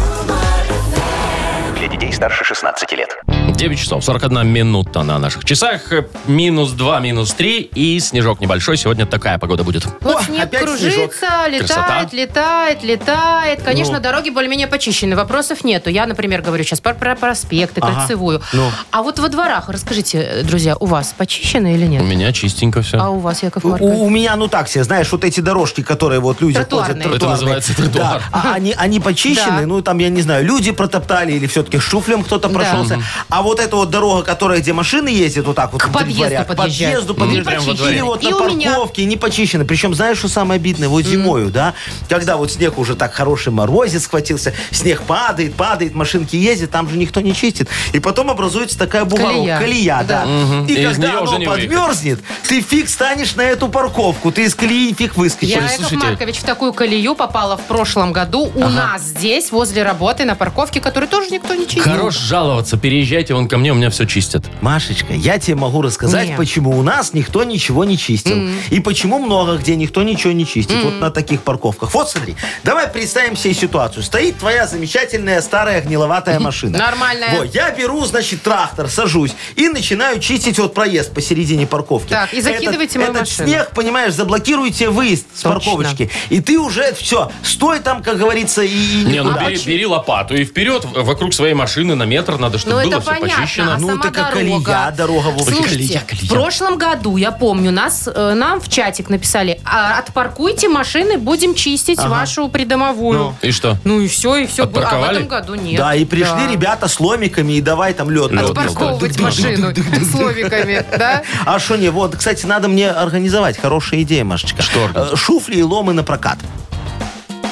E: Для детей старше 16 лет.
B: 9 часов 41 минута на наших часах. Минус 2, минус 3 и снежок небольшой. Сегодня такая погода будет.
C: Вот
D: О,
C: снег
D: опять
C: кружится,
D: снежок.
C: летает,
B: Красота.
C: летает, летает. Конечно, дороги более-менее почищены, вопросов нету. Я, например, говорю сейчас про, про проспекты,
D: Ага.
C: кольцевую.
D: Ну.
C: А вот во дворах, расскажите, э, друзья, у вас почищено или
B: У
C: нет?
B: меня чистенько все.
C: А у вас, Яков
D: У,
C: Маркович?
D: у меня, ну так себе, знаешь, вот эти дорожки, которые вот люди
C: Тротуарные.
D: ходят, тротуарные.
B: Это называется тротуар.
D: Да, а они, они почищены,
C: Да.
D: ну там, я не знаю, люди протоптали или все-таки шуфлем кто-то
C: Да.
D: прошелся. А вот эта вот дорога, которая, где машины ездят вот так вот.
C: К
D: вдоль
C: подъезду
D: дворя, к
C: подъезжает.
D: подъезду
C: Не
D: подъезжает.
B: прям во дворе.
D: Или вот
C: И
D: на
C: у меня.
D: парковке не почищены. Причем, знаешь, что самое обидное? Вот зимою, да, когда вот снег уже так хороший морозец схватился, снег падает, падает, машинки ездят, там же никто не чистит. И потом образуется такая
C: Колея.
D: бумага, колея, да.
B: Мгм.
D: И
B: И из
D: когда
B: нее уже
D: оно
B: не выехать.
D: подмерзнет, ты фиг станешь на эту парковку, ты из колеи фиг выскочишь.
C: Я,
B: Ой,
C: Яков
B: слушайте.
C: Маркович, в такую колею попала в прошлом году у нас здесь, возле работы, на парковке, которую тоже никто не чистил.
B: Хорош жаловаться, переезжайте вон ко мне, у меня все чистят.
D: Машечка, я тебе могу рассказать,
C: Не.
D: почему у нас никто ничего не чистил. И почему много где никто ничего не чистит. Вот на таких парковках. Вот смотри, давай представим себе ситуацию. Стоит твоя замечательная старая гниловатая машина.
C: Нормальная.
D: Вот, я беру, значит, трактор, сажусь и начинаю чистить вот проезд посередине парковки.
C: Так, и закидывайте мою
D: этот, этот
C: машину.
D: снег, понимаешь, заблокируйте выезд с
C: Точно.
D: парковочки. И ты уже все, стой там, как говорится, и... и
B: Не, ну
C: А
D: никуда.
B: бери, бери лопату и вперед, в- вокруг своей машины на метр надо, чтобы
C: Ну,
B: было
C: это
B: все
C: понятно.
B: почищено.
C: А
D: Ну,
C: сама
D: так как
C: дорога.
D: колея, дорога вот.
C: Слушайте,
B: Колея, колея.
C: в прошлом году, я помню, нас, э, нам в чатик написали, «А, отпаркуйте машины, будем чистить вашу придомовую.
B: И что?
C: Ну и все, и все. А в
B: Отпарковали?
C: этом году нет.
D: Да, и пришли
C: ну, Да.
D: ребята ну, с ломиками и давай там лед.
B: Лёд
C: Отпарковывать машину с ловиками, да?
D: А что не, вот, кстати, надо мне организовать. Хорошая идея, Машечка.
B: Что организовать?
D: Э, Шуфли и ломы на прокат.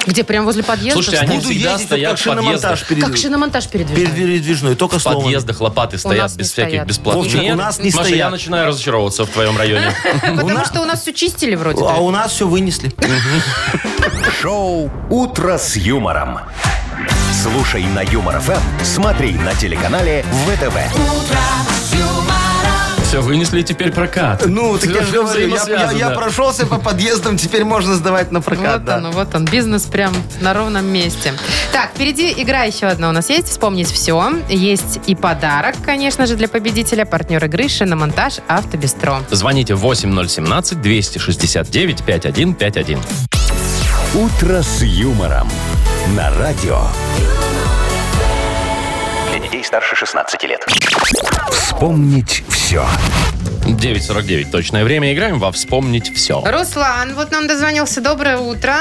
C: Где, прям возле подъезда?
B: Слушайте,
C: что ли?
B: Они
D: Буду
B: всегда
D: ездить, вот
B: стоят
D: как
B: в
D: шиномонтаж
B: подъездах.
D: перед...
C: Как шиномонтаж
D: перед-
C: передвижной.
D: передвижной, только
B: В
D: словами.
B: подъездах лопаты стоят
C: нас не
B: без всяких
C: стоят.
B: бесплатных
D: Вовчик, у
B: мер.
D: нас не
B: Маша, я
D: стоят.
B: начинаю разочаровываться в твоем районе.
C: Ну, Потому что у нас все чистили вроде
D: Ну, А
C: бы.
D: у нас все вынесли.
A: Шоу «Утро с юмором». Слушай на Юмор ФМ, смотри на телеканале ВТВ.
B: Все все вынесли, теперь прокат.
D: Ну, так
B: Всё
D: я же говорю, я, я-
B: взаимосвязано.
D: я прошелся по подъездам, теперь можно сдавать на прокат.
C: Вот
D: да.
C: оно, вот он. Бизнес прям на ровном месте. Так, впереди игра еще одна у нас есть. Вспомнить все. Есть и подарок, конечно же, для победителя. Партнер игры «Шиномонтаж Автобестро».
B: Звоните 8017-269-5151.
A: «Утро с юмором» на радио.
E: Для детей старше 16 лет.
A: Вспомнить все.
B: 9.49 точное время. Играем во «Вспомнить все».
C: Руслан, вот нам дозвонился. Доброе утро.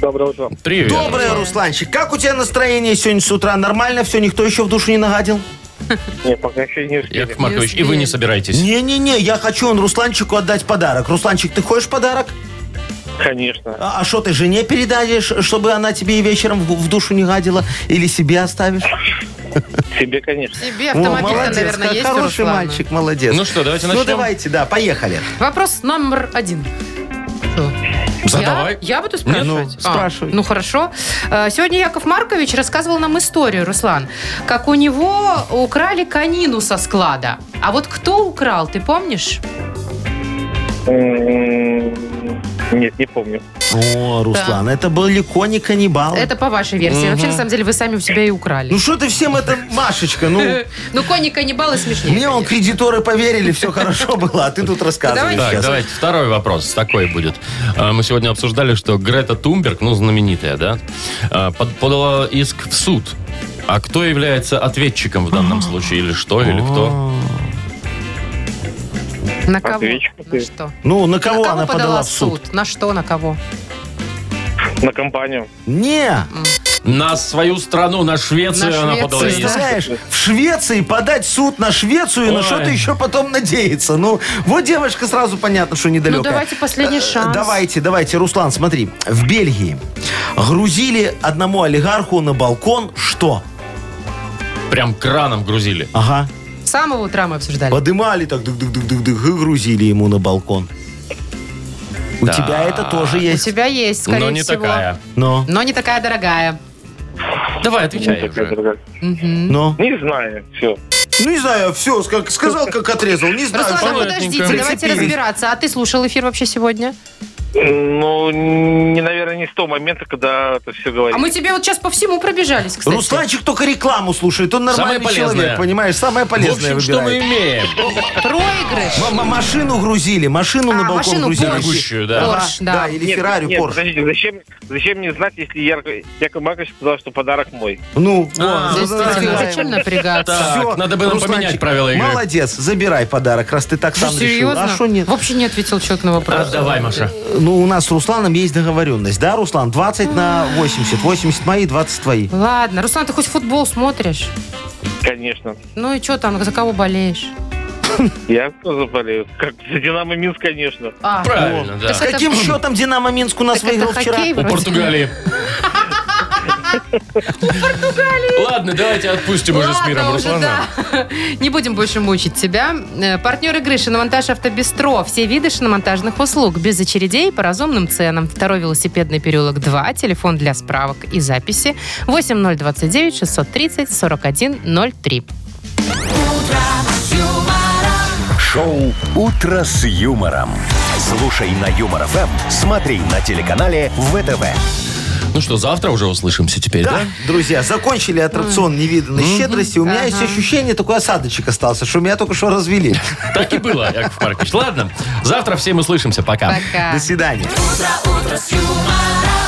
G: Доброе утро.
B: Привет.
D: Доброе, Русланчик. Как у тебя настроение сегодня с утра? Нормально все? Никто еще в душу не нагадил?
G: Нет, пока еще не успели.
B: Яков Маркович,
C: Не
B: и вы не
C: успели.
B: собираетесь.
D: Не-не-не, я хочу он Русланчику отдать подарок. Русланчик, ты хочешь подарок?
G: Конечно.
D: А что ты жене передадешь, чтобы она тебе и вечером в в душу не гадила? Или себе оставишь?
G: Тебе, конечно.
C: Тебе
D: О,
C: автомобиль-то, наверное,
D: как
C: есть у
D: хороший
C: Руслана.
D: мальчик, молодец.
B: Ну что, давайте
D: Ну
B: начнем.
D: давайте, да, поехали.
C: Вопрос номер один. Что?
B: Задавай.
C: Я, я буду спрашивать?
D: Нет, ну,
C: А,
D: спрашивай.
C: ну, хорошо. Э, Сегодня Яков Маркович рассказывал нам историю, Руслан, как у него украли конину со склада. А вот кто украл, ты помнишь?
G: М, Нет, не помню.
D: О, Руслан, это были кони каннибалы.
C: Это по вашей версии. Вообще, на самом деле, вы сами у себя и украли.
D: Ну что ты всем это, Машечка, ну...
C: Ну, кони каннибалы смешнее.
D: Мне он
C: конечно.
D: кредиторы поверили, все хорошо было, а ты тут рассказываешь.
B: Так,
D: сейчас.
B: давайте второй вопрос. Такой будет. Э, Мы сегодня обсуждали, что Грета Тумберг, ну, знаменитая, да, э, под- подала иск в суд. А кто является ответчиком в данном случае? Или что, или кто?
C: На кого?
G: Отвечу.
C: На что?
D: Ну, на кого,
C: на кого
D: она подала в суд?
C: На что, на кого?
G: На компанию.
D: Не,
B: На свою страну, на Швецию
C: На
B: она
C: Швецию,
B: подала
C: да.
B: иск.
D: представляешь, в Швеции подать суд на Швецию, и
B: Ой.
D: на что ты еще потом надеяться? Ну, вот девочка сразу понятно, что недалекая.
C: Ну,
D: Э,
C: давайте последний шанс.
D: Давайте, давайте, Руслан, смотри. В Бельгии грузили одному олигарху на балкон что?
B: Прям краном грузили.
D: Ага.
C: С самого утра мы обсуждали.
D: Подымали так, дых-дых-дых-дых, и грузили ему на балкон. У
B: Да.
D: тебя это тоже
C: У
D: есть.
C: тебя есть, скорее
B: но не
C: всего.
B: такая.
D: Но,
C: Но не такая дорогая.
B: Давай, отвечай уже.
D: но.
G: Не знаю, все.
D: Ну, не знаю, все, как, сказал, как отрезал, не знаю.
C: Руслан, а
B: понятненько.
C: подождите, давайте
D: Прицепились.
C: разбираться. А ты слушал эфир вообще сегодня?
G: Ну, не, наверное, не с того момента, когда это все
C: А
G: говорили.
C: мы тебе вот сейчас по всему пробежались, кстати.
D: Русланчик только рекламу слушает, он
B: Самое
D: нормальный
B: полезное.
D: человек, понимаешь, самое
B: В
D: полезное
B: общем, что мы
D: выбирает.
B: имеем?
C: Проигрыш.
D: М- м- машину грузили, машину
C: А,
D: на балкон
C: машину
D: грузили.
B: Дорогущую,
C: Porsche.
B: да.
D: Ага,
C: Porsche, да.
D: или Феррари,
G: нет,
D: Порш.
G: подождите, зачем, зачем мне знать, если Яр- Яков Маркович сказал, что подарок мой?
D: Ну,
B: А,
D: вот, ну,
C: Действительно,
D: забирай.
C: зачем напрягаться?
B: Да. Так,
D: Всё,
B: надо было
D: Русланчик,
B: поменять правила игры.
D: Молодец, забирай подарок, раз ты так
C: Ты
D: сам решил.
C: серьезно?
D: А что нет?
C: Вообще не ответил человек на вопрос.
B: Отдавай, Маша.
D: Ну, у нас с Русланом есть договоренность, да, Руслан? 20
C: А.
D: на 80. 80 мои, 20 твои.
C: Ладно, Руслан, ты хоть футбол смотришь?
G: Конечно.
C: Ну и что там, за кого болеешь?
G: Я тоже болею. Как за Динамо Минск, конечно.
C: А,
B: Правильно, да.
C: Так это-
D: Каким счетом Динамо Минск у нас
C: так
D: выиграл
C: это
D: вчера?
C: хоккей
B: У
C: вроде.
B: Португалии. Ладно, давайте отпустим уже с миром
C: Ладно уже,
B: Руслана.
C: да. Не будем больше мучить тебя. Э, Партнер игры «Шиномонтаж Автобестро». Все виды шиномонтажных услуг. Без очередей, по разумным ценам. Второй велосипедный переулок 2. Телефон для справок и записи. 8029-630-4103.
A: Шоу «Утро с юмором». Слушай на Юмор ФМ, смотри на телеканале ВТВ.
B: Ну что, завтра уже услышимся теперь, да?
D: Да, друзья, закончили аттракцион невиданной щедрости. У меня есть ощущение, такой осадочек остался, что меня только что развели.
B: Так и было, Яков Маркович. Ладно, завтра всем услышимся. Пока.
C: Пока.
D: До свидания.
J: утро, утро с юмором.